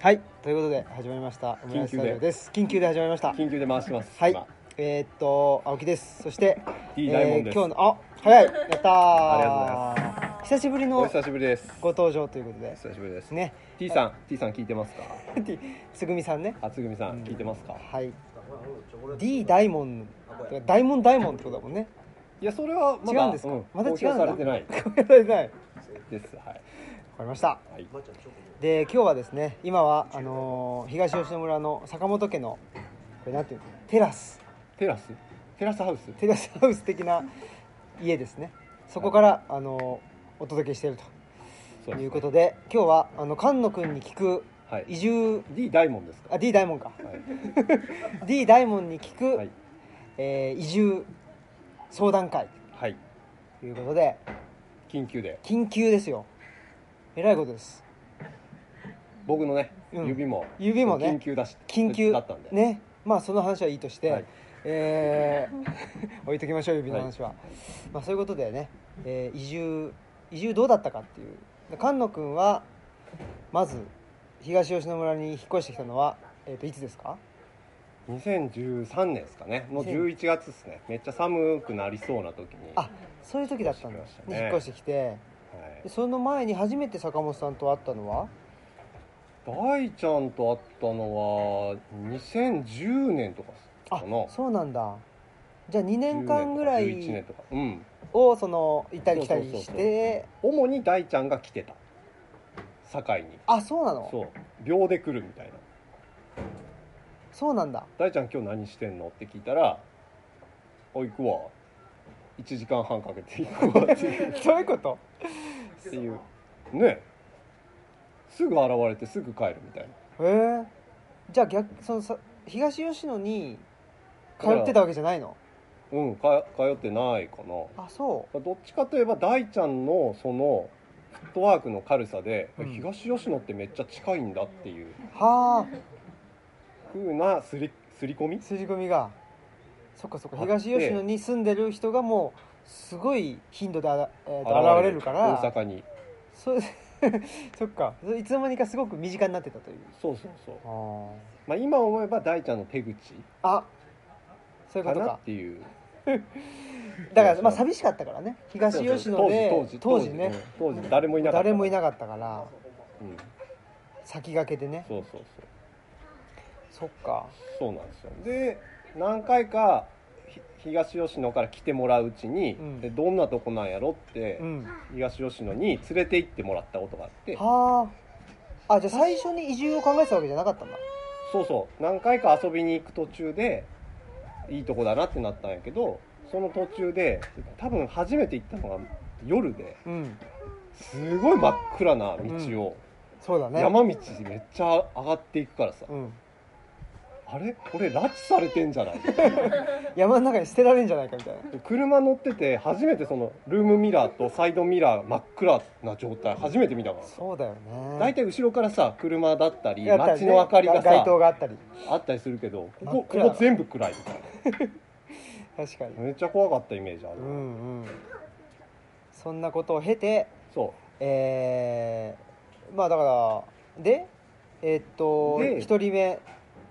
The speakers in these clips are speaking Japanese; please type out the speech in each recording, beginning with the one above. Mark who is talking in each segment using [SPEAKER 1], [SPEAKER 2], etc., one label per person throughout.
[SPEAKER 1] はいということで始まりましたオムライススタジオです緊急で始まりました
[SPEAKER 2] 緊急で回してます。
[SPEAKER 1] はい
[SPEAKER 2] 今
[SPEAKER 1] えーっと青木ですそして
[SPEAKER 2] いい大門です
[SPEAKER 1] 今日のあ早いやった
[SPEAKER 2] あ
[SPEAKER 1] りがとうございます久しぶり
[SPEAKER 2] お
[SPEAKER 1] の
[SPEAKER 2] 久しぶりです。
[SPEAKER 1] ご登場ということで
[SPEAKER 2] 久しぶりです。
[SPEAKER 1] ね
[SPEAKER 2] T さん、T さん聞いてますか。
[SPEAKER 1] つぐみさんね
[SPEAKER 2] あつぐみさん聞いてますか。
[SPEAKER 1] はい D 大門大門大門ってことだもんね
[SPEAKER 2] いやそれはま
[SPEAKER 1] 違
[SPEAKER 2] だ
[SPEAKER 1] うんですか
[SPEAKER 2] うん
[SPEAKER 1] まだ違うんだ
[SPEAKER 2] 公表されてない
[SPEAKER 1] ごめんなさいわか
[SPEAKER 2] です。はい。
[SPEAKER 1] りました
[SPEAKER 2] はい。
[SPEAKER 1] で今日はですね今はあのー東吉野村の坂本家のこれなんていうのテラス
[SPEAKER 2] テラス、テラスハウス。
[SPEAKER 1] テラスハウス的な家ですねそこから、あのお届けしていると
[SPEAKER 2] そです
[SPEAKER 1] いうことで今日はあの菅野くんに聞く
[SPEAKER 2] はい。
[SPEAKER 1] 移住
[SPEAKER 2] D 大門ですか。
[SPEAKER 1] あ D 大門か
[SPEAKER 2] はい
[SPEAKER 1] D 大門に聞く、
[SPEAKER 2] はい
[SPEAKER 1] えー移住相談会
[SPEAKER 2] はい。
[SPEAKER 1] ということで
[SPEAKER 2] 緊急で
[SPEAKER 1] 緊急ですよえらいことです
[SPEAKER 2] 僕のね
[SPEAKER 1] うん
[SPEAKER 2] 指も
[SPEAKER 1] 指もね
[SPEAKER 2] 緊急だし
[SPEAKER 1] 緊急
[SPEAKER 2] だったんで。
[SPEAKER 1] ねまあその話はいいとして、
[SPEAKER 2] はい
[SPEAKER 1] えー 置いときましょう指の話は、まあ、そういうことでね、えー移住移住どうだったかっていうで菅野君はまず東吉野村に引っ越してきたのは、えー、といつですか
[SPEAKER 2] 2013年ですかね。の11月ですね。めっちゃ寒くなりそうな時に。
[SPEAKER 1] あそういう時だったんだ、
[SPEAKER 2] 引っ
[SPEAKER 1] ね引
[SPEAKER 2] 越してきましたね
[SPEAKER 1] っ越してきて
[SPEAKER 2] はい
[SPEAKER 1] でその前に初めて坂本さんと会ったのは
[SPEAKER 2] 大ちゃんと会ったのは2010年とか
[SPEAKER 1] あ
[SPEAKER 2] かな
[SPEAKER 1] そうなんだじゃあ2年間ぐら
[SPEAKER 2] 11年
[SPEAKER 1] い
[SPEAKER 2] とかうん
[SPEAKER 1] をその行ったり来たりし
[SPEAKER 2] そうそうそう
[SPEAKER 1] て
[SPEAKER 2] 主に大ちゃんが来てた堺に
[SPEAKER 1] あそうなの
[SPEAKER 2] そう秒で来るみたいな
[SPEAKER 1] そうなんだ
[SPEAKER 2] 大ちゃん今日何してんのって聞いたら「お行くわ」1時間半かけて行くわっていう
[SPEAKER 1] どういうこと
[SPEAKER 2] っていうねすぐ現れてすぐ帰るみたいな
[SPEAKER 1] へえじゃあ逆そのさ東吉野に通ってたわけじゃないの
[SPEAKER 2] うんか通ってないかな
[SPEAKER 1] あそう
[SPEAKER 2] どっちかといえば大ちゃんのそのフットワークの軽さで、
[SPEAKER 1] うん
[SPEAKER 2] 東吉野ってめっちゃ近いんだっていう
[SPEAKER 1] はあ
[SPEAKER 2] 風なすりすり込み
[SPEAKER 1] すり込みがそっかそっか
[SPEAKER 2] あって
[SPEAKER 1] 東吉野に住んでる人がもうすごい頻度であら、えーと現れるから
[SPEAKER 2] 大阪に
[SPEAKER 1] そ そっかいつの間にかすごく身近になってたという
[SPEAKER 2] そうそうそう、
[SPEAKER 1] あー
[SPEAKER 2] まあ、今思えば大ちゃんの手口
[SPEAKER 1] あそういう
[SPEAKER 2] か
[SPEAKER 1] こと
[SPEAKER 2] な
[SPEAKER 1] か
[SPEAKER 2] っていう
[SPEAKER 1] だからまあ寂しかったからね東吉野で
[SPEAKER 2] 当時当時
[SPEAKER 1] ね
[SPEAKER 2] 当時誰もいなかった
[SPEAKER 1] 誰もい
[SPEAKER 2] か
[SPEAKER 1] なかったから
[SPEAKER 2] った、うん、
[SPEAKER 1] 先駆けでね
[SPEAKER 2] そうそうそう
[SPEAKER 1] そっか
[SPEAKER 2] そうなんですよで何回かひ東吉野から来てもらううちに、
[SPEAKER 1] うん
[SPEAKER 2] でどんなとこなんやろって、
[SPEAKER 1] うん
[SPEAKER 2] 東吉野に連れて行ってもらったことがあって
[SPEAKER 1] はああじゃあ最初に移住を考えてたわけじゃなかったんだ
[SPEAKER 2] そうそう何回か遊びに行く途中でいいとこだなってなったんやけどその途中で多分初めて行ったのが夜で
[SPEAKER 1] うん
[SPEAKER 2] すごい真っ暗な道を、
[SPEAKER 1] そうだね
[SPEAKER 2] 山道めっちゃ上がっていくからさ、
[SPEAKER 1] うん、
[SPEAKER 2] あれこれ拉致されてんじゃない
[SPEAKER 1] 山の中に捨てられるんじゃないかみたいな
[SPEAKER 2] 車乗ってて初めてそのルームミラーとサイドミラー真っ暗な状態初めて見たからさ
[SPEAKER 1] そうだよね
[SPEAKER 2] 大体後ろからさ車だったり
[SPEAKER 1] やったり
[SPEAKER 2] 街
[SPEAKER 1] ね
[SPEAKER 2] の明かりが
[SPEAKER 1] 街
[SPEAKER 2] さ
[SPEAKER 1] 灯があったり
[SPEAKER 2] あったりするけどここ
[SPEAKER 1] 真っ暗
[SPEAKER 2] ここ全部暗いみたい
[SPEAKER 1] 確かに
[SPEAKER 2] なめっちゃ怖かったイメージある、
[SPEAKER 1] うんうんそんなことを経て
[SPEAKER 2] そう
[SPEAKER 1] えー、まあだからでえーっと
[SPEAKER 2] で
[SPEAKER 1] 一人目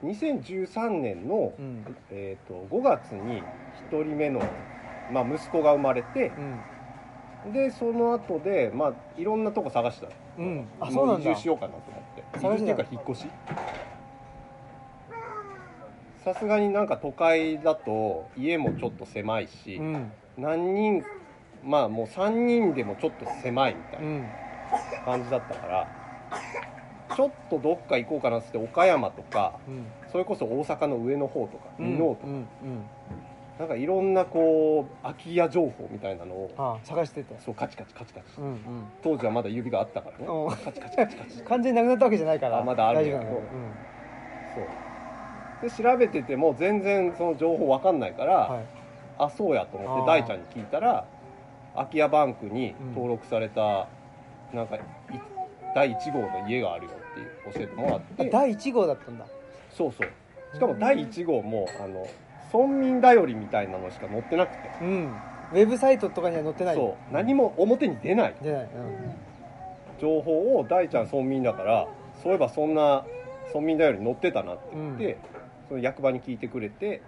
[SPEAKER 2] 2013年の、
[SPEAKER 1] うん
[SPEAKER 2] えー、と5月に1人目の、まあ、息子が生まれて
[SPEAKER 1] うん
[SPEAKER 2] でその後でまあいろんなとこ探したの
[SPEAKER 1] うんあ
[SPEAKER 2] も
[SPEAKER 1] そうなん
[SPEAKER 2] 移
[SPEAKER 1] だ
[SPEAKER 2] 住しようかなと思って移
[SPEAKER 1] 探してた
[SPEAKER 2] 住っていうか引っ越しさすがになんか都会だと家もちょっと狭いし、
[SPEAKER 1] うん
[SPEAKER 2] 何人まあもう3人でもちょっと狭いみた
[SPEAKER 1] う
[SPEAKER 2] い
[SPEAKER 1] ん
[SPEAKER 2] な感じだったから、ちょっとどっか行こうかなっつって岡山とか
[SPEAKER 1] うん
[SPEAKER 2] それこそ大阪の上の方とか
[SPEAKER 1] う
[SPEAKER 2] 箕
[SPEAKER 1] ん
[SPEAKER 2] 面とか
[SPEAKER 1] う。んうん
[SPEAKER 2] なんかいろんなこう空き家情報みたいなのを
[SPEAKER 1] あ探してて
[SPEAKER 2] そうカチカチカチカチ、
[SPEAKER 1] うんうん
[SPEAKER 2] 当時はまだ指があったからね
[SPEAKER 1] うん
[SPEAKER 2] カチカチカチカチ
[SPEAKER 1] 完全になくなったわけじゃないから
[SPEAKER 2] あまだある
[SPEAKER 1] 大
[SPEAKER 2] ん
[SPEAKER 1] 丈夫
[SPEAKER 2] や
[SPEAKER 1] なん
[SPEAKER 2] けど
[SPEAKER 1] だうん
[SPEAKER 2] そうで調べてても全然その情報わかんないから、
[SPEAKER 1] はい
[SPEAKER 2] あそうやと思って
[SPEAKER 1] あー
[SPEAKER 2] 大ちゃんに聞いたら空き家バンクに登録された、なんかい第1号の家があるよっていう教えてもら
[SPEAKER 1] あ
[SPEAKER 2] って
[SPEAKER 1] 第1号だったんだ
[SPEAKER 2] そうそうしかも第1号もあの村民頼りみたいなのしか載ってなくて
[SPEAKER 1] うんウェブサイトとかには載ってない
[SPEAKER 2] そう何も表に出ない
[SPEAKER 1] 出ない、うん、
[SPEAKER 2] 情報を大ちゃん村民だからそういえばそんな村民だより乗ってたなって言って、
[SPEAKER 1] うん
[SPEAKER 2] その役場に聞いてくれて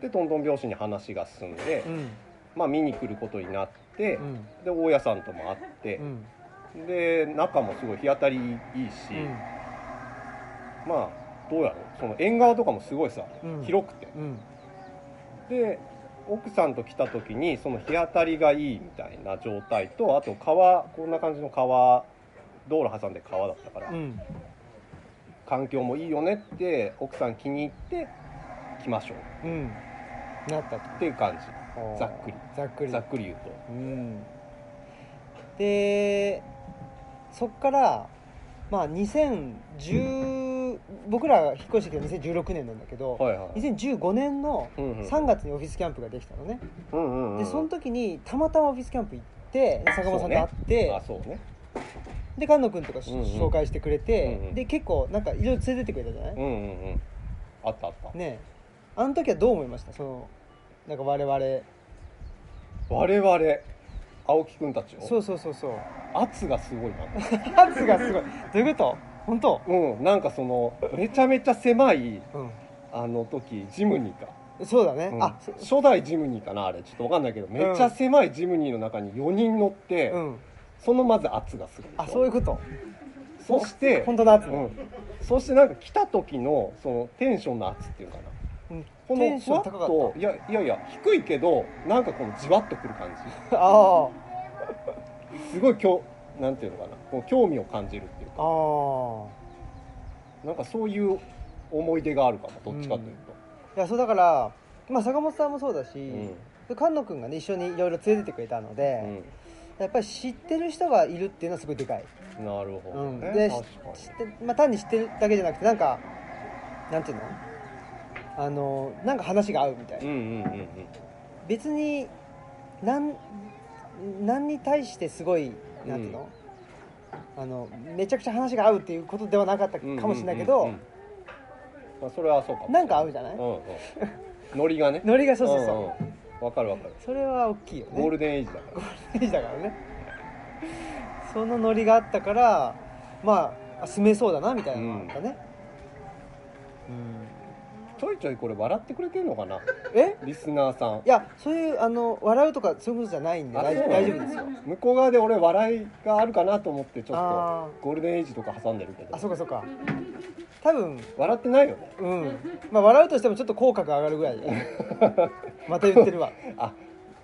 [SPEAKER 2] でトントン拍子に話が進んで、
[SPEAKER 1] うん
[SPEAKER 2] まあ見に来ることになって、
[SPEAKER 1] うん
[SPEAKER 2] で大家さんとも会って
[SPEAKER 1] う、ん
[SPEAKER 2] で中もすごい日当たりいいし、
[SPEAKER 1] う
[SPEAKER 2] まあどうやろうその縁側とかもすごいさ、
[SPEAKER 1] うん
[SPEAKER 2] 広くて
[SPEAKER 1] ん
[SPEAKER 2] で奥さんと来た時にその日当たりがいいみたいな状態とあと川こんな感じの川道路挟んで川だったから、
[SPEAKER 1] うん
[SPEAKER 2] 環境もいいよねって奥さん気に入って来ましょう
[SPEAKER 1] うんなったと
[SPEAKER 2] っていう感じざっくり
[SPEAKER 1] ざっくり
[SPEAKER 2] ざっくり言う
[SPEAKER 1] うんでそっからまあ2010僕らが引っ越してきた2016年なんだけど、
[SPEAKER 2] とはいはい
[SPEAKER 1] 2015年の
[SPEAKER 2] うんうん
[SPEAKER 1] 3月にオフィスキャンプができたのね、
[SPEAKER 2] うんうんうん
[SPEAKER 1] でその時にたまたまオフィスキャンプ行って坂本さんと会って、
[SPEAKER 2] あそうね
[SPEAKER 1] で菅野君とかし、
[SPEAKER 2] うんうん
[SPEAKER 1] 紹介してくれて、
[SPEAKER 2] うんうん
[SPEAKER 1] で結構なんかいろいろ連れてってくれたじゃない、
[SPEAKER 2] うんうんうんあったあった、
[SPEAKER 1] ねえあの時はどう思いましたそのなんか我々
[SPEAKER 2] 我々青木くんたち
[SPEAKER 1] そ
[SPEAKER 2] を
[SPEAKER 1] うそうそうそう
[SPEAKER 2] 圧がすごいな
[SPEAKER 1] 圧がすごいどういうこと本当
[SPEAKER 2] うんなんかそのめちゃめちゃ狭い
[SPEAKER 1] うん
[SPEAKER 2] あの時ジムニーか
[SPEAKER 1] そうだね、
[SPEAKER 2] うん
[SPEAKER 1] あそ
[SPEAKER 2] 初代ジムニーかなあれちょっと分かんないけどめっちゃ狭いジムニーの中に4人乗って、
[SPEAKER 1] うん
[SPEAKER 2] そのまず圧がすごい
[SPEAKER 1] あそういううこと
[SPEAKER 2] そして
[SPEAKER 1] 本当の圧
[SPEAKER 2] う
[SPEAKER 1] ね、
[SPEAKER 2] ん、そしてなんか来た時のそのテンションの圧っていうかな
[SPEAKER 1] うん
[SPEAKER 2] こ
[SPEAKER 1] テ
[SPEAKER 2] の
[SPEAKER 1] ンシ
[SPEAKER 2] ふ
[SPEAKER 1] ョン
[SPEAKER 2] わっ
[SPEAKER 1] 高かっ
[SPEAKER 2] といやいやいや低いけどなんかこのじわっとくる感
[SPEAKER 1] たああ
[SPEAKER 2] じすごいきょなんていうのかなこう興味を感じるっていう
[SPEAKER 1] あ
[SPEAKER 2] か
[SPEAKER 1] あ
[SPEAKER 2] なんかそういう思い出があるかもどっちかという
[SPEAKER 1] いやそうだから、まあ、坂本さんもそうだし、
[SPEAKER 2] と、うん
[SPEAKER 1] で菅野君がね一緒にいろいろ連れてってくれたので、やっぱり知ってる人がいるっていうのはすごいでかい、
[SPEAKER 2] うんなるほ
[SPEAKER 1] う
[SPEAKER 2] ど
[SPEAKER 1] ん、
[SPEAKER 2] ね、
[SPEAKER 1] で
[SPEAKER 2] 確か
[SPEAKER 1] 知って、まあ、単に知ってるだけじゃなくてなんかなんていうのあのなんか話が合うみたいな、
[SPEAKER 2] にうんうんうん
[SPEAKER 1] 別になん何に対してすごいなんていうの,、あのめちゃくちゃ話が合うっていうことではなかったか
[SPEAKER 2] うん
[SPEAKER 1] もしれないけど、
[SPEAKER 2] うんうんうんまあ、それはそうかも
[SPEAKER 1] なんか合うじゃない、
[SPEAKER 2] うんうん、ノリがね
[SPEAKER 1] ノリがそうそうそう、
[SPEAKER 2] んんわかるわかる
[SPEAKER 1] それは大きいよね
[SPEAKER 2] ゴールデンエイジだから
[SPEAKER 1] イメージだからねそのノリがあったからまああ住めそうだなみたいなのがあったね、
[SPEAKER 2] ちょいちょいこれ笑ってくれてるのかな
[SPEAKER 1] え
[SPEAKER 2] リスナーさん
[SPEAKER 1] いやそういうあの笑うとかそういうことじゃないんで
[SPEAKER 2] あ
[SPEAKER 1] 大
[SPEAKER 2] そうな
[SPEAKER 1] 丈
[SPEAKER 2] の
[SPEAKER 1] 大丈夫ですよ
[SPEAKER 2] 向こう側で俺笑いがあるかなと思ってちょっ
[SPEAKER 1] あ
[SPEAKER 2] とゴールデンエイジとか挟んでるけ
[SPEAKER 1] ーあそうかそ
[SPEAKER 2] ど
[SPEAKER 1] うか多分
[SPEAKER 2] 笑ってないよね
[SPEAKER 1] うんまあ笑うとしてもちょっと口角上がるぐらいでまた言ってるわ
[SPEAKER 2] あ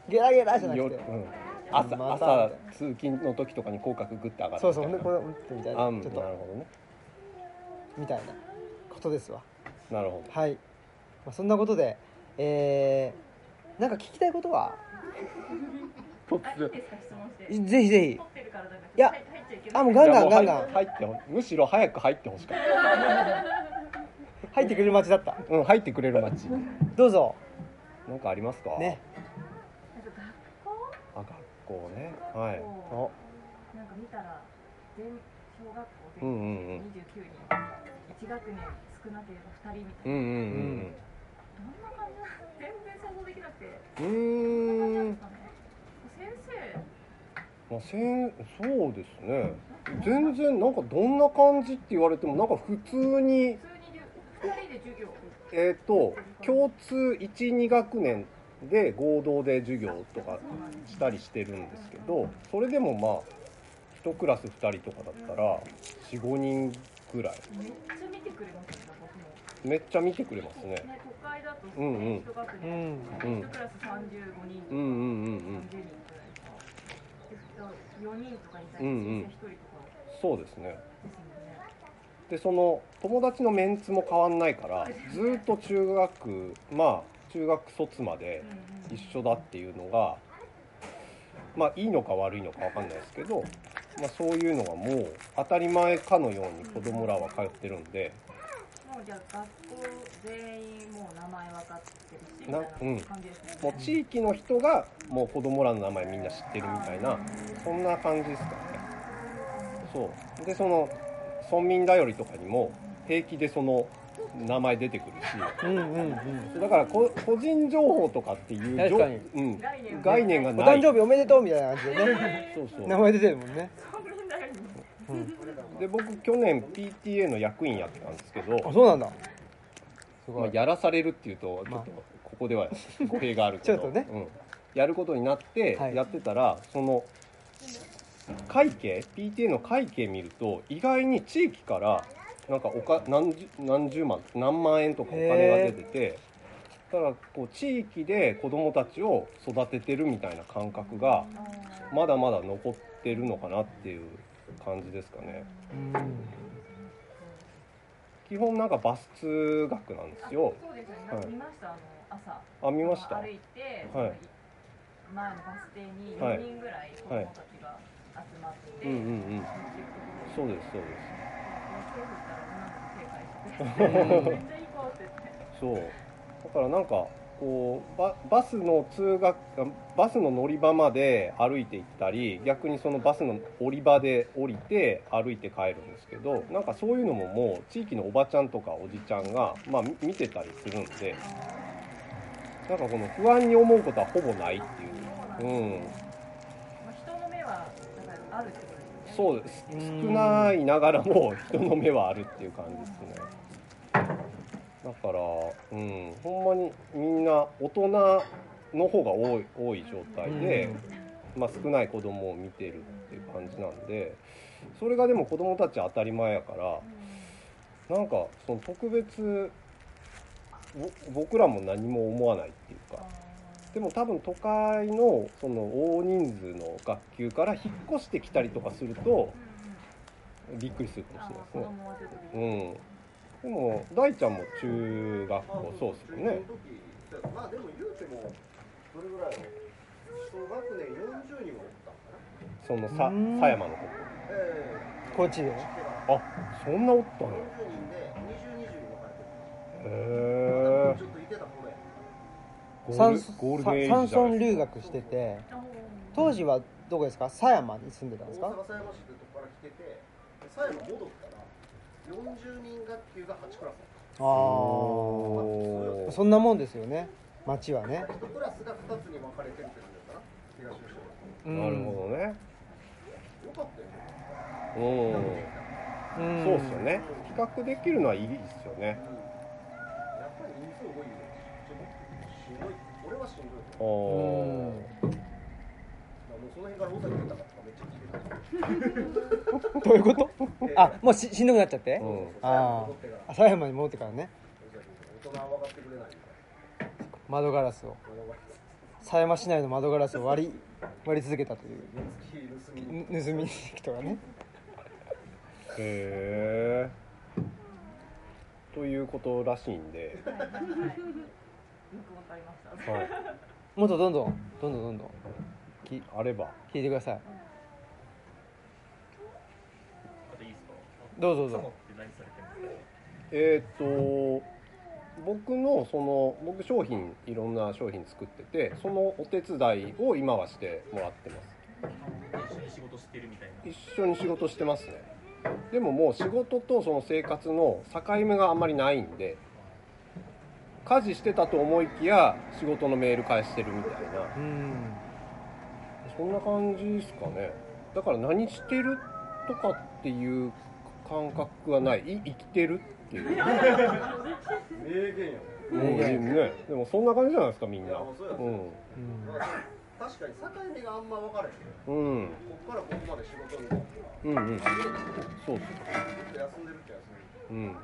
[SPEAKER 1] ゲラゲラじゃな
[SPEAKER 2] よ、
[SPEAKER 1] く
[SPEAKER 2] う
[SPEAKER 1] て
[SPEAKER 2] ん、朝、
[SPEAKER 1] また
[SPEAKER 2] 朝通勤の時とかに口角グッと上がるみたいな
[SPEAKER 1] そうそうほんでこれうんってみたい
[SPEAKER 2] あ
[SPEAKER 1] な
[SPEAKER 2] うん
[SPEAKER 1] ち
[SPEAKER 2] な
[SPEAKER 1] ょ
[SPEAKER 2] る
[SPEAKER 1] っ
[SPEAKER 2] ほど
[SPEAKER 1] と
[SPEAKER 2] ね
[SPEAKER 1] みたいなことですわ
[SPEAKER 2] なるほど
[SPEAKER 1] はい、まあ、そんなことでえー、なんか聞きたいことは
[SPEAKER 3] あ、いいですか質問して。
[SPEAKER 1] ぜひぜひ
[SPEAKER 3] 撮ってるからなんか。
[SPEAKER 1] いや
[SPEAKER 3] 入っちゃいけない。
[SPEAKER 1] あもうガン
[SPEAKER 2] いや
[SPEAKER 1] ガ
[SPEAKER 2] も
[SPEAKER 1] ン
[SPEAKER 2] う
[SPEAKER 1] ガ
[SPEAKER 2] 入
[SPEAKER 1] ンガ
[SPEAKER 2] っ
[SPEAKER 1] ン
[SPEAKER 2] 入ってほむしろ早く入ってほしかった
[SPEAKER 1] 入ってくれる街だった
[SPEAKER 2] うん入ってくれる街
[SPEAKER 1] どうぞ
[SPEAKER 2] なんかありますか
[SPEAKER 1] ね
[SPEAKER 3] なんか
[SPEAKER 2] あ学校ねはい
[SPEAKER 3] 学校
[SPEAKER 1] お
[SPEAKER 3] なんか見たら全小学校
[SPEAKER 2] う
[SPEAKER 3] で
[SPEAKER 2] んうんうん
[SPEAKER 3] 29人、一学年少なければ二人みた
[SPEAKER 2] う
[SPEAKER 3] いな。どん
[SPEAKER 2] ん
[SPEAKER 3] な感じなの？全然想像できなくて。
[SPEAKER 2] うんうんうんうーん
[SPEAKER 3] なんかね先生
[SPEAKER 2] まあ、せんそうですね全然なんかどんな感じって言われてもなんか普通に
[SPEAKER 3] 普通に二人で授業。
[SPEAKER 2] えっ、と共通12学年で合同で授業とか
[SPEAKER 3] そうなんです。
[SPEAKER 2] したりしてるんですけどそれでもまあ1クラス2人とかだったら45人ぐらい
[SPEAKER 3] めっちゃ見てくれました僕も。
[SPEAKER 2] めっちゃ見てくれますね
[SPEAKER 3] ね都会だと一
[SPEAKER 2] うんうん
[SPEAKER 3] 学
[SPEAKER 1] う
[SPEAKER 3] 年。
[SPEAKER 1] ん
[SPEAKER 2] うん
[SPEAKER 3] 一クラス三十五人と
[SPEAKER 2] う
[SPEAKER 3] か。
[SPEAKER 2] んうんうんう
[SPEAKER 3] 30人
[SPEAKER 2] ん
[SPEAKER 3] くらいか、で4人とかに対して
[SPEAKER 2] うんうん
[SPEAKER 3] 先生1人とか
[SPEAKER 2] そうですね
[SPEAKER 3] です
[SPEAKER 2] でそ
[SPEAKER 3] もんね、
[SPEAKER 2] の友達のメンツも変わんないからずーっと中学まあ中学卒まで
[SPEAKER 3] うんうん、
[SPEAKER 2] 一緒だっていうのがまあいいのか悪いのか分かんないですけど、まあ、そういうのがもう当たり前かのように子供らは通ってるんで
[SPEAKER 3] もうじゃあ学校全員もう名前分かってるしみ
[SPEAKER 2] な
[SPEAKER 3] たいな感じですね、
[SPEAKER 2] もう地域の人がもう子供らの名前みんな知ってるみたいなそんな感じですかねそうでその村民だよりとかにも平気でその名前出てくるし
[SPEAKER 1] うんうんうん
[SPEAKER 2] だからこ個人情報とかっていう
[SPEAKER 1] 確かに
[SPEAKER 2] うん、
[SPEAKER 3] 概念が
[SPEAKER 2] 概念が
[SPEAKER 1] お
[SPEAKER 2] ない
[SPEAKER 1] 誕生日おめでとうみたいな感じでね
[SPEAKER 2] そうそう
[SPEAKER 1] 名前出てるもんね、
[SPEAKER 3] 村民だよりも
[SPEAKER 1] うん、
[SPEAKER 2] で僕去年 PTA の役員やってたんですけど
[SPEAKER 1] あそうなんだす
[SPEAKER 2] ま
[SPEAKER 1] ご
[SPEAKER 2] あ、
[SPEAKER 1] い、
[SPEAKER 2] やらされるっていうとちょ
[SPEAKER 1] まあ
[SPEAKER 2] っとここでは語弊があるけ ど
[SPEAKER 1] ちょっとね
[SPEAKER 2] うん、やることになって
[SPEAKER 1] はい
[SPEAKER 2] やってたら、その会計 PTA の会計見ると意外に地域からなんかおか何十何十万何万円とかお金が出ててただこう地域で子どもたちを育ててるみたいな感覚がまだまだ残ってるのかなっていう感じですかね。
[SPEAKER 1] うん
[SPEAKER 2] 基本なんかバス通学なんですよ。
[SPEAKER 3] そうですよね、
[SPEAKER 2] はい
[SPEAKER 3] 見ましたあの朝
[SPEAKER 2] あ見ました
[SPEAKER 3] 歩いて、
[SPEAKER 2] はい
[SPEAKER 3] 前のバス停に
[SPEAKER 2] はい
[SPEAKER 3] 4人ぐらい子供たちが集まって、
[SPEAKER 2] うんうんうんそうですそうです
[SPEAKER 3] 手振ったら女の子
[SPEAKER 1] うん
[SPEAKER 3] 手返してめっちゃいい子って言って
[SPEAKER 2] そうだからなんかこうババスの通学バスの乗り場まで歩いて行ったり逆にそのバスの降り場で降りて歩いて帰るんですけどなんかそういうのももう地域のおばちゃんとかおじちゃんが、まあ、み見てたりするんでなんかこの不安に思うことはほぼないっていう、うん、
[SPEAKER 3] まあ、人の目はだからあるってことですよね
[SPEAKER 2] そうです少ないながらも人の目はあるっていう感じですねだからうんほんまにみんな大人の方が多い多い状態で、まあ、少ない子供を見てるっていう感じなんでそれがでも子供たち当たり前やからなんかその特別ぼ僕らも何も思わないっていうかでも多分都会のその大人数の学級から引っ越してきたりとかするとびっくりするかもしれないですね。うん、でも大ちゃんも中学校そうですよね。
[SPEAKER 4] まあでも言うてもどれぐらいの小学年40人はおったんかな
[SPEAKER 2] そのさ
[SPEAKER 1] うん
[SPEAKER 2] 狭山のこ
[SPEAKER 4] え
[SPEAKER 1] こっちで
[SPEAKER 4] え
[SPEAKER 2] と。あそんなおったの。
[SPEAKER 4] 40人で20、20に分かれ
[SPEAKER 2] へ
[SPEAKER 4] てるちょっといてた方や
[SPEAKER 2] え。ゴー
[SPEAKER 1] 山
[SPEAKER 2] ルゴールデンエイ
[SPEAKER 1] 山
[SPEAKER 2] ジじゃな
[SPEAKER 1] 村
[SPEAKER 2] いで
[SPEAKER 1] 留学してて当時はどこですか狭山に住んでたん
[SPEAKER 4] 大
[SPEAKER 1] ですか
[SPEAKER 4] 阪狭山市ってとこから来てて最後戻ったら40人学級が8クラス
[SPEAKER 1] ああ
[SPEAKER 2] おー
[SPEAKER 1] そんなもんですよね町はね、
[SPEAKER 4] 1クラスが2つに分かれてるってことかな東吉
[SPEAKER 1] う
[SPEAKER 2] す
[SPEAKER 1] ん
[SPEAKER 2] なるほどね。
[SPEAKER 4] 野よかったよね
[SPEAKER 2] う。
[SPEAKER 1] うんん
[SPEAKER 2] そうっすよね。比較できるのはいいっすよ
[SPEAKER 4] う
[SPEAKER 2] ね。
[SPEAKER 4] んやっぱり人数多いよちょっとしんどい俺はしんどいよ
[SPEAKER 2] おお
[SPEAKER 4] もうその辺から大崎出たかとかめっちゃ聞いてた
[SPEAKER 1] どういうこと
[SPEAKER 4] え
[SPEAKER 1] あもうししんどくなっちゃって、
[SPEAKER 2] ー。うん。
[SPEAKER 1] あ
[SPEAKER 4] あ戻ってから
[SPEAKER 1] あ狭山に戻ってからね
[SPEAKER 4] 大人は分かってくれないみたい
[SPEAKER 1] 窓ガラスを
[SPEAKER 4] な物
[SPEAKER 1] 狭山市内の窓ガラスを割り割り続けたとい
[SPEAKER 4] 付き盗みに
[SPEAKER 1] うぬ盗みに行くとかね
[SPEAKER 2] へえ。ということらしいんで。
[SPEAKER 3] よくわかりました。
[SPEAKER 2] はい。
[SPEAKER 1] もっとどんどんどんどんどんどん
[SPEAKER 2] あれば。
[SPEAKER 1] 聞いてください
[SPEAKER 5] あといいですか
[SPEAKER 1] どうぞどう
[SPEAKER 5] サモ
[SPEAKER 1] ぞ
[SPEAKER 5] って何されてるんです
[SPEAKER 2] えーっと僕のその僕商品いろんな商品作っててそのお手伝いを今はしてもらってます
[SPEAKER 5] か一緒に仕事してるみたいな
[SPEAKER 2] 一緒に仕事してますねでももう仕事とその生活の境目があんまりないんで家事してたと思いきや仕事のメール返してるみたいな
[SPEAKER 1] うん
[SPEAKER 2] そんな感じですかねだから何してるとかっていう感覚はないい生きてるっていうも
[SPEAKER 4] 名言や
[SPEAKER 2] う
[SPEAKER 1] ね
[SPEAKER 2] ねでもそんな感じじゃないですかみん
[SPEAKER 4] い
[SPEAKER 2] な
[SPEAKER 4] やもうそうやそうや
[SPEAKER 1] うん
[SPEAKER 4] もん確かに境目があんま分からへんよ
[SPEAKER 2] うん、うん
[SPEAKER 4] こっからここまで仕事に行って
[SPEAKER 2] うんうん
[SPEAKER 4] あ家でず
[SPEAKER 2] そうです
[SPEAKER 4] っと休んでるっちゃ休んでる
[SPEAKER 2] うんだか